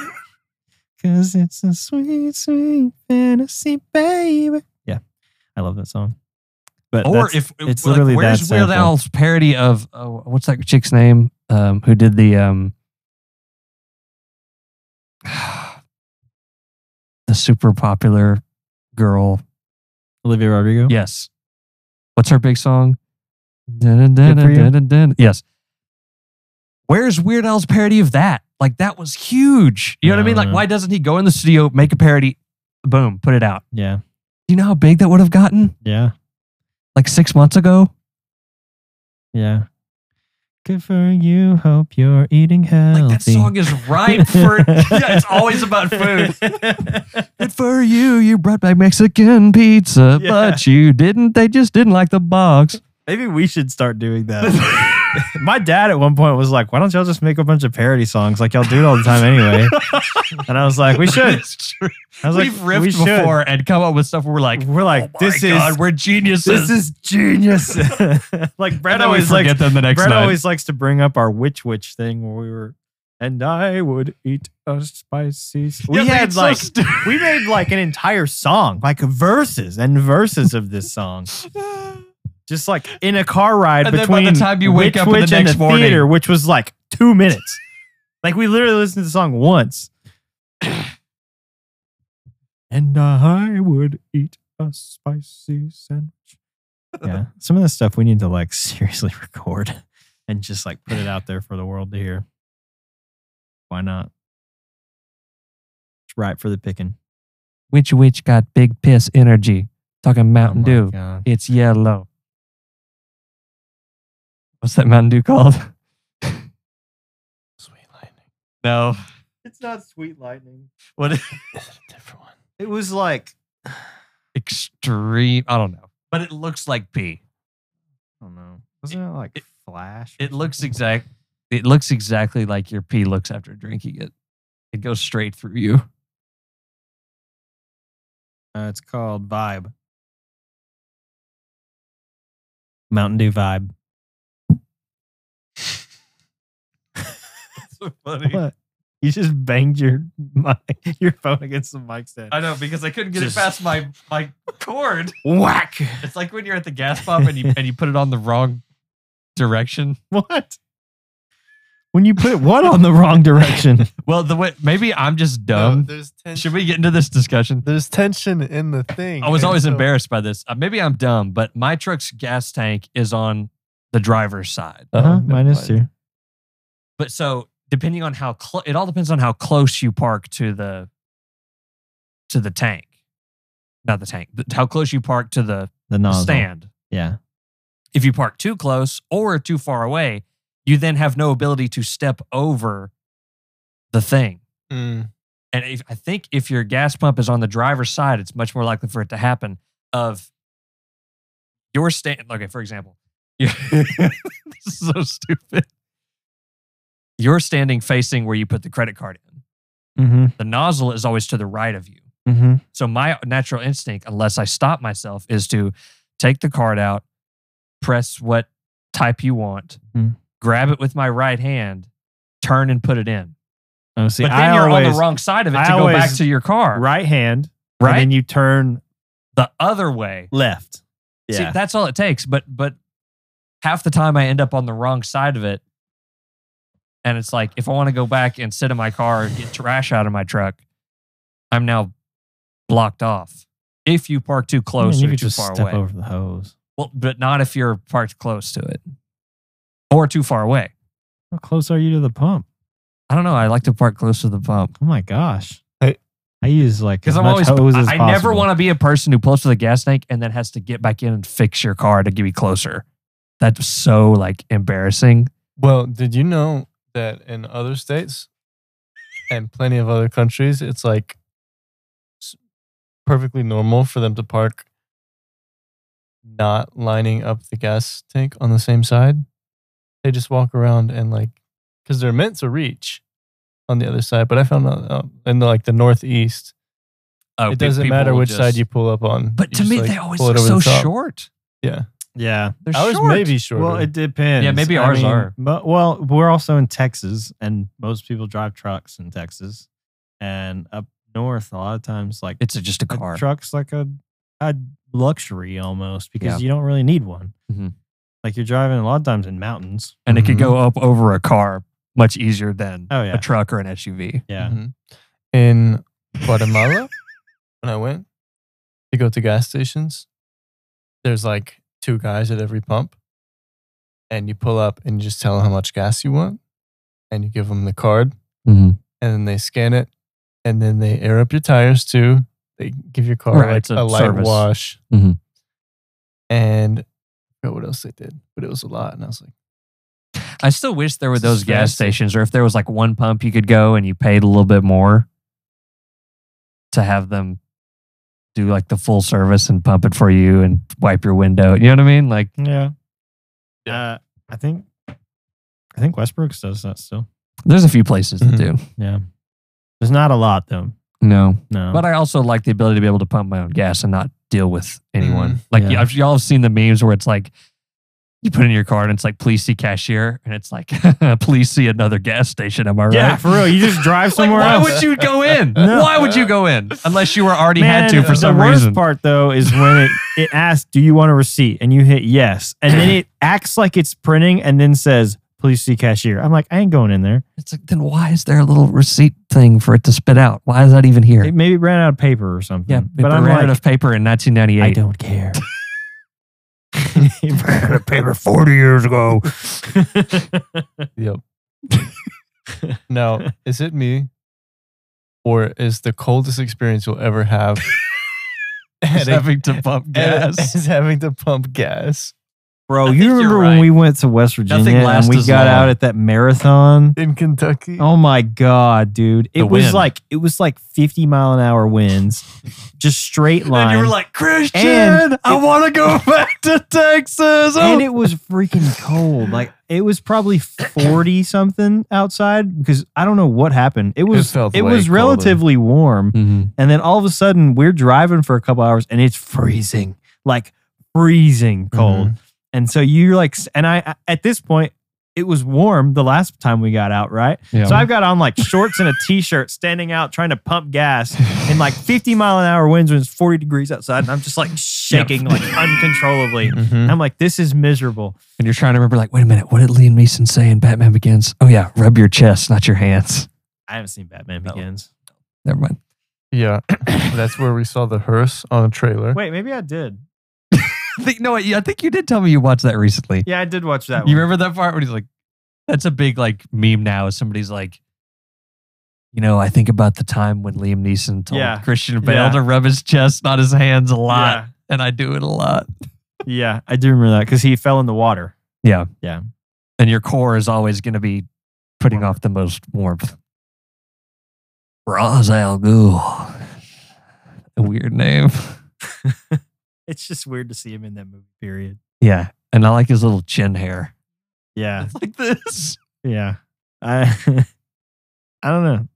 Speaker 2: Cause it's a sweet, sweet fantasy, baby. Yeah, I love that song. But
Speaker 1: Or
Speaker 2: that's-
Speaker 1: if
Speaker 2: it's
Speaker 1: like,
Speaker 2: literally
Speaker 1: where's
Speaker 2: that
Speaker 1: Weird
Speaker 2: sample.
Speaker 1: Al's parody of oh, what's that chick's name? Um, who did the um, the super popular girl?
Speaker 2: Olivia Rodrigo,
Speaker 1: Yes. What's her big song? Dun, dun,
Speaker 2: Good for
Speaker 1: dun,
Speaker 2: You?
Speaker 1: dun, dun, dun. Yes. Where's Weird Al's parody of that? Like that was huge. You know what I mean? Like
Speaker 2: Yeah.
Speaker 1: why doesn't he go in the studio, make a parody, boom, put it out?
Speaker 2: yeah,
Speaker 1: Do you know how big that would have gotten?
Speaker 2: yeah,
Speaker 1: Like six months ago?
Speaker 2: yeah. Good for you. Hope you're eating healthy.
Speaker 1: Like that song is ripe for Yeah, it's always about food. Good for you. You brought back Mexican pizza,
Speaker 2: Yeah.
Speaker 1: but you didn't. They just didn't like the box.
Speaker 2: Maybe we should start doing that. My dad at one point was like, "Why don't y'all just make a bunch of parody songs like y'all do it all the time anyway?" and I was like, "We should."
Speaker 1: It's true.
Speaker 2: I was
Speaker 1: We've
Speaker 2: like,
Speaker 1: riffed
Speaker 2: "We should."
Speaker 1: before and come up with stuff where we're like,
Speaker 2: We're like,
Speaker 1: Oh my
Speaker 2: "This
Speaker 1: God,
Speaker 2: is
Speaker 1: we're geniuses.
Speaker 2: this is genius." like
Speaker 1: And then
Speaker 2: Brett
Speaker 1: we
Speaker 2: always likes
Speaker 1: them the next
Speaker 2: Brett always likes to bring up our witch witch thing where we were, and I would eat a spicy. s-" We had like we made like an entire song, like verses and verses of this song. Just like in a car ride
Speaker 1: And then by
Speaker 2: between
Speaker 1: the time you wake
Speaker 2: Witch
Speaker 1: up in the
Speaker 2: Witch
Speaker 1: next
Speaker 2: and the
Speaker 1: morning.
Speaker 2: theater, which was like two minutes. like we literally listened to the song once. and I would eat a spicy sandwich. Yeah, some of that stuff we need to like seriously record and just like put it out there for the world to hear. Why not? It's ripe for the picking.
Speaker 1: Which witch got big piss energy? Talking
Speaker 2: Oh
Speaker 1: Mountain
Speaker 3: my
Speaker 1: Dew.
Speaker 3: God.
Speaker 1: It's yellow. What's that Mountain Dew called?
Speaker 3: Sweet lightning.
Speaker 1: No.
Speaker 2: It's not sweet lightning.
Speaker 1: What?
Speaker 3: Is it a different one?
Speaker 2: It was like
Speaker 1: Extreme. I don't know. But it looks like pee.
Speaker 2: I don't know. Oh Wasn't it, like
Speaker 1: it-
Speaker 2: flash? or
Speaker 1: It looks
Speaker 2: something?
Speaker 1: exact. It looks exactly like your pee looks after drinking it. It goes straight through you.
Speaker 2: Uh, it's called Vibe. Mountain Dew Vibe.
Speaker 7: so funny.
Speaker 2: What? You just banged your mic, your phone against the mic stand.
Speaker 7: I know because I couldn't get
Speaker 1: Just-
Speaker 7: it past my my cord.
Speaker 2: Whack!
Speaker 7: It's like when you're at the gas pump and you and you put it on the wrong direction.
Speaker 2: What? When you put what on the wrong direction?
Speaker 7: Well, the way maybe I'm just
Speaker 3: No,
Speaker 1: um,
Speaker 7: dumb.
Speaker 3: there's
Speaker 7: Should
Speaker 3: tension.
Speaker 7: we get into this discussion?
Speaker 3: There's tension in the thing.
Speaker 7: I was
Speaker 3: and
Speaker 7: always
Speaker 3: so-
Speaker 7: embarrassed by this.
Speaker 1: Uh, maybe I'm dumb, but my truck's gas tank is on the driver's side.
Speaker 2: Huh?
Speaker 3: never
Speaker 2: Minus
Speaker 3: mind.
Speaker 2: two.
Speaker 1: But so depending on how close, it all depends on how close you park to the to the tank, not the tank, but how close you park to the
Speaker 2: The nozzle.
Speaker 1: stand.
Speaker 2: Yeah.
Speaker 1: If you park too close or too far away, you then have no ability to step over the thing.
Speaker 3: Mm.
Speaker 1: And if, I think if your gas pump is on the driver's side, it's much more likely for it to happen. Of your stand, okay, for example, your- this is so stupid. You're standing facing where you put the credit card in.
Speaker 2: Mm-hmm.
Speaker 1: The nozzle is always to the right of you.
Speaker 2: Mm-hmm.
Speaker 1: So my natural instinct, unless I stop myself, is to take the card out, press what type you want,
Speaker 2: Mhm.
Speaker 1: grab it with my right hand, turn and put it in.
Speaker 2: Oh, see,
Speaker 1: but then
Speaker 2: I
Speaker 1: you're
Speaker 2: always
Speaker 1: on the wrong side of it
Speaker 2: I
Speaker 1: to go back
Speaker 2: always-
Speaker 1: to your car.
Speaker 2: right hand,
Speaker 1: Right?
Speaker 2: And then you turn
Speaker 1: the other way.
Speaker 2: left.
Speaker 1: See, that's all it takes. But but half the time I end up on the wrong side of it. And it's like if I want to go back and sit in my car and get trash out of my truck, I'm now blocked off. If you park too
Speaker 2: I mean,
Speaker 1: close
Speaker 2: you
Speaker 1: or
Speaker 2: could
Speaker 1: too
Speaker 2: just
Speaker 1: far
Speaker 2: step
Speaker 1: away.
Speaker 2: over the hose.
Speaker 1: Well, but not if you're parked close to it. Or too far away.
Speaker 2: How close are you to the pump?
Speaker 1: I don't know. I like to park close to the pump.
Speaker 2: Oh my gosh.
Speaker 3: Hey.
Speaker 2: I use like
Speaker 1: Because
Speaker 2: as
Speaker 1: I'm always
Speaker 2: much hose as
Speaker 1: I, I never
Speaker 2: possible.
Speaker 1: want to be a person who pulls to the gas tank and then has to get back in and fix your car to get me closer. That's so like embarrassing.
Speaker 3: Well, did you know that in other states and plenty of other countries, it's like s- perfectly normal for them to park not lining up the gas tank on the same side. They just walk around and like, because they're meant to reach on the other side. But I found out um, in the, like the northeast,
Speaker 1: Oh,
Speaker 3: it doesn't matter which side you pull up on.
Speaker 1: But
Speaker 3: You
Speaker 1: to
Speaker 3: just,
Speaker 1: me,
Speaker 3: like,
Speaker 1: they always
Speaker 3: pull it
Speaker 1: look
Speaker 3: over
Speaker 1: so
Speaker 3: the top.
Speaker 1: short.
Speaker 3: Yeah,
Speaker 2: Yeah.
Speaker 1: They're
Speaker 3: ours
Speaker 1: short.
Speaker 3: may be shorter.
Speaker 2: Well, it depends.
Speaker 1: Yeah, maybe ours are.
Speaker 2: But well, we're also in Texas, and most people drive trucks in Texas, and up north, a lot of times, like
Speaker 1: It's a- just a
Speaker 2: a
Speaker 1: car.
Speaker 2: truck's like a a luxury almost because
Speaker 1: Yeah.
Speaker 2: you don't really need one.
Speaker 1: Mhm.
Speaker 2: Like you're driving a lot of times in mountains.
Speaker 1: and it could
Speaker 3: Mm-hmm.
Speaker 1: go up over a car much easier than
Speaker 2: Oh, yeah.
Speaker 1: a truck or an SUV.
Speaker 2: Yeah.
Speaker 3: Mhm. In Guatemala, when I went to go to gas stations, there's like two guys at every pump. And you pull up and you just tell them how much gas you want. And you give them the card.
Speaker 1: Mhm.
Speaker 3: And then they scan it. And then they air up your tires too. They give your car
Speaker 1: Right,
Speaker 3: like
Speaker 1: it's a
Speaker 3: a, light
Speaker 1: service.
Speaker 3: wash.
Speaker 1: Mhm.
Speaker 3: And I forgot what else they did, but it was a lot. And I was like,
Speaker 1: I still wish there were
Speaker 3: This is
Speaker 1: those gas
Speaker 3: fancy.
Speaker 1: stations, or if there was like one pump you could go and you paid a little bit more to have them do like the full service and pump it for you and wipe your window. You know what I mean? Like,
Speaker 2: Yeah. Uh, I think I think Westbrook's does that still.
Speaker 1: there's a few places
Speaker 2: Mm-hmm.
Speaker 1: that do.
Speaker 2: Yeah. There's not a lot though.
Speaker 1: No,
Speaker 2: No.
Speaker 1: But I also like the ability to be able to pump my own gas and not deal with anyone. Like
Speaker 2: Mm-hmm. Yeah.
Speaker 1: y- y'all have seen the memes where it's like you put in your card and it's like please see cashier and it's like please see another gas station. Am I right?
Speaker 2: yeah, for real. You just drive
Speaker 1: Like,
Speaker 2: somewhere
Speaker 1: why
Speaker 2: else.
Speaker 1: would you go in?
Speaker 2: No.
Speaker 1: Why would you go in unless you were already had to
Speaker 2: Man,
Speaker 1: for some
Speaker 2: the
Speaker 1: reason?
Speaker 2: worst part though is when it, it asks, "Do you want a receipt?" and you hit yes, and then it acts like it's printing, and then says, "Please see cashier." I'm like, I ain't going in there.
Speaker 1: It's like then why is there a little receipt thing for it to spit out? Why is that even here?
Speaker 2: It maybe ran out of paper or something.
Speaker 1: yeah,
Speaker 2: but
Speaker 1: it
Speaker 2: I'm
Speaker 1: ran
Speaker 2: like,
Speaker 1: out of paper in
Speaker 2: I
Speaker 1: 1998.
Speaker 2: don't care.
Speaker 1: It ran out of paper 40 years ago.
Speaker 3: Yep. now, is it me or is the coldest experience you'll ever have at a-
Speaker 1: having to pump
Speaker 3: at a-
Speaker 1: gas.
Speaker 3: is having to pump gas
Speaker 2: Bro,
Speaker 1: I
Speaker 2: you
Speaker 1: think you're
Speaker 2: remember
Speaker 1: right.
Speaker 2: when we went to West Virginia and
Speaker 1: lasts
Speaker 2: we
Speaker 1: as
Speaker 2: got
Speaker 1: long.
Speaker 2: out at that marathon?
Speaker 3: in Kentucky?
Speaker 2: Oh my god, dude! It
Speaker 1: The
Speaker 2: was
Speaker 1: wind.
Speaker 2: like it was like 50 mile an hour winds, just straight line.
Speaker 1: And you were like, Christian,
Speaker 2: And
Speaker 1: I
Speaker 2: it-
Speaker 1: want to go back to Texas. Oh.
Speaker 2: and it was freaking cold. Like it was probably forty something outside because I don't know what happened. It was it,
Speaker 3: felt way
Speaker 2: was
Speaker 3: colder.
Speaker 2: relatively warm,
Speaker 1: Mm-hmm.
Speaker 2: and then all of a sudden we're driving for a couple hours and it's freezing,
Speaker 3: Mm-hmm.
Speaker 2: like freezing cold. And so you're like, s- and I I- at this point it was warm the last time we got out, right?
Speaker 8: Yeah.
Speaker 2: So I've got on like shorts and a t-shirt, standing out, trying to pump gas in like 50 mile an hour winds when it's 40 degrees outside, and I'm just like shaking like uncontrollably.
Speaker 9: Mhm.
Speaker 2: I'm like, this is miserable.
Speaker 1: And you're trying to remember, like, wait a minute, what did Liam Neeson say in Batman Begins? Oh yeah, rub your chest, not your hands.
Speaker 2: I haven't seen Batman
Speaker 1: No.
Speaker 2: Begins.
Speaker 1: Never mind.
Speaker 9: Yeah, that's where we saw the hearse on a trailer.
Speaker 2: Wait, maybe I did.
Speaker 1: I think, no, I think you did tell me you watched that recently.
Speaker 2: Yeah, I did watch that.
Speaker 1: you
Speaker 2: one.
Speaker 1: remember that part when he's like, that's a big like meme now. Is somebody's like, you know, I think about the time when Liam Neeson told
Speaker 2: Yeah.
Speaker 1: Christian Bale
Speaker 2: Yeah.
Speaker 1: to rub his chest, not his hands, a lot, and I do it a lot.
Speaker 2: Yeah, yeah, I do remember that because he fell in the water.
Speaker 1: Yeah,
Speaker 2: Yeah.
Speaker 1: And your core is always going to be putting off the most warmth. Ra's al Ghul, a weird name.
Speaker 2: It's just weird to see him in that movie. Period.
Speaker 1: Yeah, and I like his little chin hair.
Speaker 2: Yeah,
Speaker 1: It's like this.
Speaker 2: yeah. I, I don't know.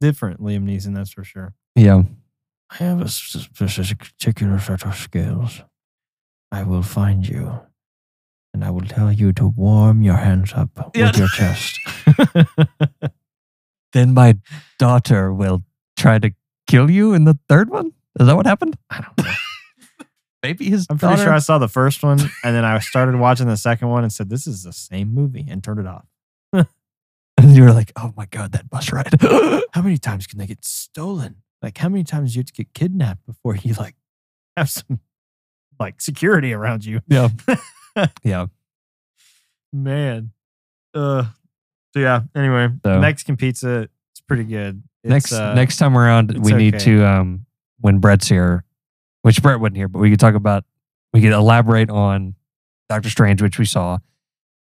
Speaker 2: Different Liam Neeson, that's for sure.
Speaker 1: Yeah.
Speaker 2: I have a specific particular set of skills. I will find you, and I will tell you to warm your hands up
Speaker 1: Yeah.
Speaker 2: with your chest.
Speaker 1: Then my daughter will try to kill you in the third one. Is that what happened? I don't know. Maybe his
Speaker 2: I'm pretty
Speaker 1: daughter.
Speaker 2: sure I saw the first one, and then I started watching the second one and said, "This is the same movie," and turned it off.
Speaker 1: and you were like, "Oh my god, that bus ride."
Speaker 2: how many times can they get stolen? Like, how many times do you have to get kidnapped before you like have some like security around you?
Speaker 1: yeah. yeah.
Speaker 2: Man. Uh so yeah, anyway.
Speaker 1: So-
Speaker 2: Mexican pizza is pretty good. It's,
Speaker 1: next
Speaker 2: uh,
Speaker 1: next time around,
Speaker 2: it's
Speaker 1: we need
Speaker 2: okay.
Speaker 1: to um when Brett's here, which Brett wasn't here, but we could talk about we could elaborate on Doctor Strange, which we saw,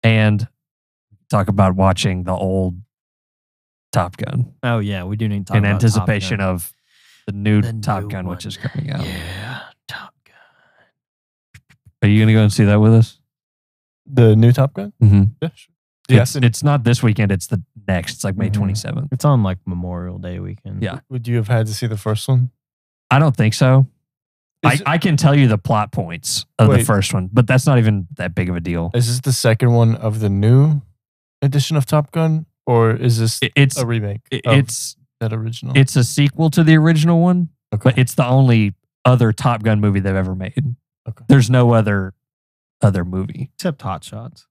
Speaker 1: and talk about watching the old Top Gun
Speaker 2: Oh yeah, we do need to talk
Speaker 1: in
Speaker 2: about Top
Speaker 1: anticipation
Speaker 2: Gun.
Speaker 1: of the new
Speaker 2: The
Speaker 1: Top
Speaker 2: new
Speaker 1: Gun, which
Speaker 2: one.
Speaker 1: is coming out.
Speaker 2: Yeah, Top Gun.
Speaker 1: Are you gonna go and see that with us?
Speaker 9: The new Top Gun?
Speaker 1: Mm-hmm.
Speaker 9: Yeah, sure.
Speaker 1: It's,
Speaker 9: Yes. And
Speaker 1: it's not this weekend. It's the next. It's like May
Speaker 9: Mm-hmm.
Speaker 2: Mhm.
Speaker 1: twenty seventh.
Speaker 2: It's on like Memorial Day weekend.
Speaker 1: Yeah.
Speaker 9: would you have had to see the first one?
Speaker 1: I don't think so. I,
Speaker 9: Is-
Speaker 1: I can tell you the plot points of the
Speaker 9: Wait.
Speaker 1: first one, but that's not even that big of a deal.
Speaker 9: Is this the second one of the new edition of Top Gun, or is this
Speaker 1: It- It's
Speaker 9: a Oh. remake?
Speaker 1: it-
Speaker 9: of
Speaker 1: it's
Speaker 9: that original.
Speaker 1: it's a sequel to the original one,
Speaker 9: okay.
Speaker 1: but it's the only other Top Gun movie they've ever made.
Speaker 9: Okay.
Speaker 1: There's no other other movie.
Speaker 2: Except Hot Shots.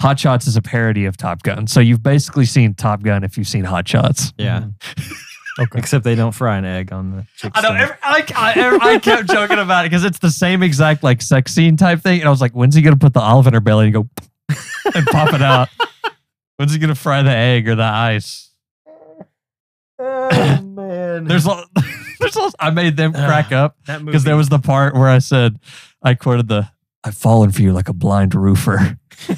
Speaker 1: Hot Shots is a parody of Top Gun, so you've basically seen Top Gun if you've seen Hot Shots.
Speaker 2: Yeah.
Speaker 9: Okay.
Speaker 2: Except they don't fry an egg on the chicken.
Speaker 1: I know. Every, I, I, every- I kept joking about it because it's the same exact like sex scene type thing, and I was like, when's he gonna put the olive in her belly and go and pop it out? When's he gonna fry the egg or the ice?
Speaker 2: oh man.
Speaker 1: There's a, there's a, I made them crack up
Speaker 2: that Ah, movie.
Speaker 1: because there was the part where I said I quoted the I've fallen for you like a blind roofer
Speaker 2: Yeah.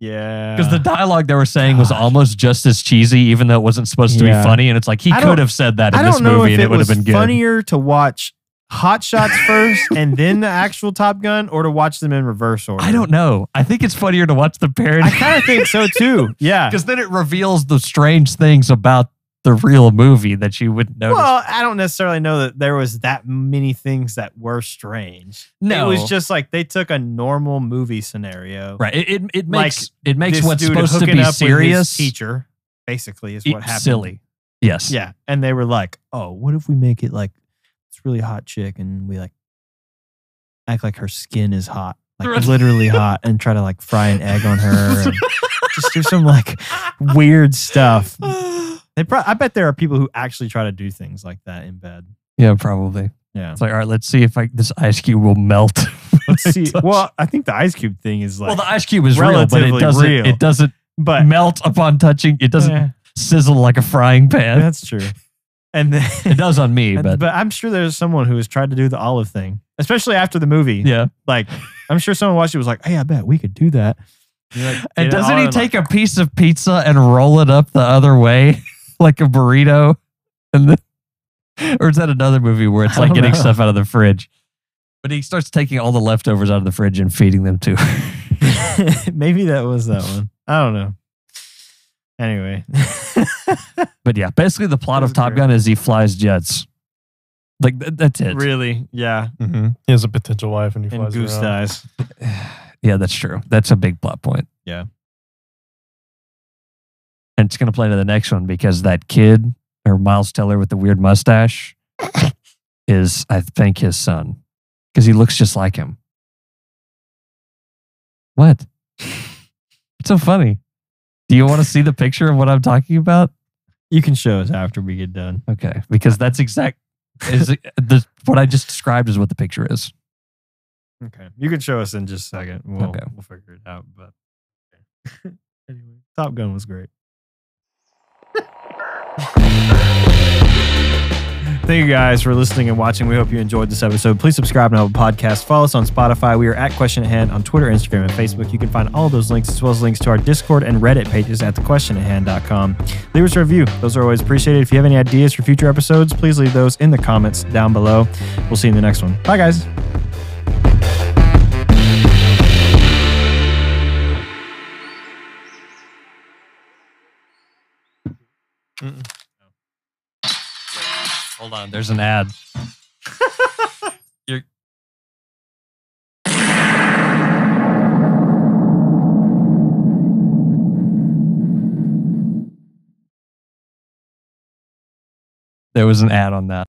Speaker 1: because the dialogue they were saying was
Speaker 2: Ah. Gosh.
Speaker 1: almost just as cheesy, even though it wasn't supposed to
Speaker 2: Yeah.
Speaker 1: be funny. And it's like he
Speaker 2: I
Speaker 1: could
Speaker 2: don't-
Speaker 1: have said that in
Speaker 2: I
Speaker 1: this
Speaker 2: don't know
Speaker 1: movie,
Speaker 2: if
Speaker 1: and
Speaker 2: it,
Speaker 1: it would
Speaker 2: was
Speaker 1: have been good.
Speaker 2: funnier to watch Hot Shots first and then the actual Top Gun, or to watch them in reverse order.
Speaker 1: I don't know. I think it's funnier to watch the parody.
Speaker 2: I kind of think so too. Yeah.
Speaker 1: because then it reveals the strange things about the real movie that you wouldn't notice.
Speaker 2: Well, I don't necessarily know that there was that many things that were strange.
Speaker 1: no,
Speaker 2: It was just like they took a normal movie scenario.
Speaker 1: right. It it, it
Speaker 2: Like,
Speaker 1: makes it makes
Speaker 2: This
Speaker 1: what's
Speaker 2: dude
Speaker 1: supposed to
Speaker 2: hooking
Speaker 1: be
Speaker 2: up with his
Speaker 1: serious
Speaker 2: teacher, basically, is
Speaker 1: it-
Speaker 2: what happened.
Speaker 1: silly. Yes.
Speaker 2: Yeah. And they were like, oh, what if we make it like this really hot chick and we like act like her skin is hot, like literally hot, and try to like fry an egg on her and just do some like weird stuff. They pro- I bet there are people who actually try to do things like that in bed.
Speaker 1: Yeah, probably.
Speaker 2: Yeah.
Speaker 1: It's like, all right, let's see if I, this ice cube will melt. when I
Speaker 2: Let's see.
Speaker 1: touch-
Speaker 2: Well, I think the ice cube thing is like,
Speaker 1: well, the ice cube is real, but it
Speaker 2: relatively
Speaker 1: doesn't
Speaker 2: real.
Speaker 1: it doesn't
Speaker 2: but
Speaker 1: melt upon touching. It doesn't
Speaker 2: Yeah,
Speaker 1: sizzle like a frying pan.
Speaker 2: that's true. And then,
Speaker 1: it does on me,
Speaker 2: and-
Speaker 1: but,
Speaker 2: but I'm sure there's someone who has tried to do the olive thing, especially after the movie.
Speaker 1: yeah.
Speaker 2: Like, I'm sure someone watched it was like, hey, I bet we could do that.
Speaker 1: And
Speaker 2: Get an
Speaker 1: doesn't he
Speaker 2: olive, like-
Speaker 1: take a piece of pizza and roll it up the other way like a burrito? And then, or is that another movie where it's
Speaker 2: I
Speaker 1: like
Speaker 2: don't
Speaker 1: getting
Speaker 2: know.
Speaker 1: stuff out of the fridge? But he starts taking all the leftovers out of the fridge and feeding them to her.
Speaker 2: Maybe that was that one. I don't know. Anyway.
Speaker 1: But yeah, basically the plot
Speaker 2: That
Speaker 1: of
Speaker 2: was
Speaker 1: Top
Speaker 2: great.
Speaker 1: Gun is he flies jets. Like th- that's it.
Speaker 2: Really? Yeah.
Speaker 9: Mm-hmm. He has a potential wife and he
Speaker 2: And
Speaker 9: flies
Speaker 2: goose
Speaker 9: around.
Speaker 2: dies.
Speaker 1: Yeah, that's true. That's a big plot point.
Speaker 2: Yeah.
Speaker 1: And it's gonna play to the next one because that kid or Miles Teller with the weird mustache is, I think, his son because he looks just like him. What? It's so funny. Do you want to see the picture of what I'm talking about?
Speaker 2: You can show us after we get done.
Speaker 1: Okay, because that's exact is the, what I just described is what the picture is.
Speaker 2: Okay. You can show us in just a second. We'll,
Speaker 1: Okay.
Speaker 2: we'll figure it out. But anyway, Top Gun was great. Thank you guys for listening and watching. We hope you enjoyed this episode. Please subscribe to our podcast. Follow us on Spotify. We are at Question at Hand on Twitter, Instagram, and Facebook. You can find all those links as well as links to our Discord and Reddit pages at thequestionathand.com. Leave us a review. Those are always appreciated. If you have any ideas for future episodes, please leave those in the comments down below. We'll see you in the next one. Bye, guys.
Speaker 1: Hold on, there's an ad. You're- There was an ad on that.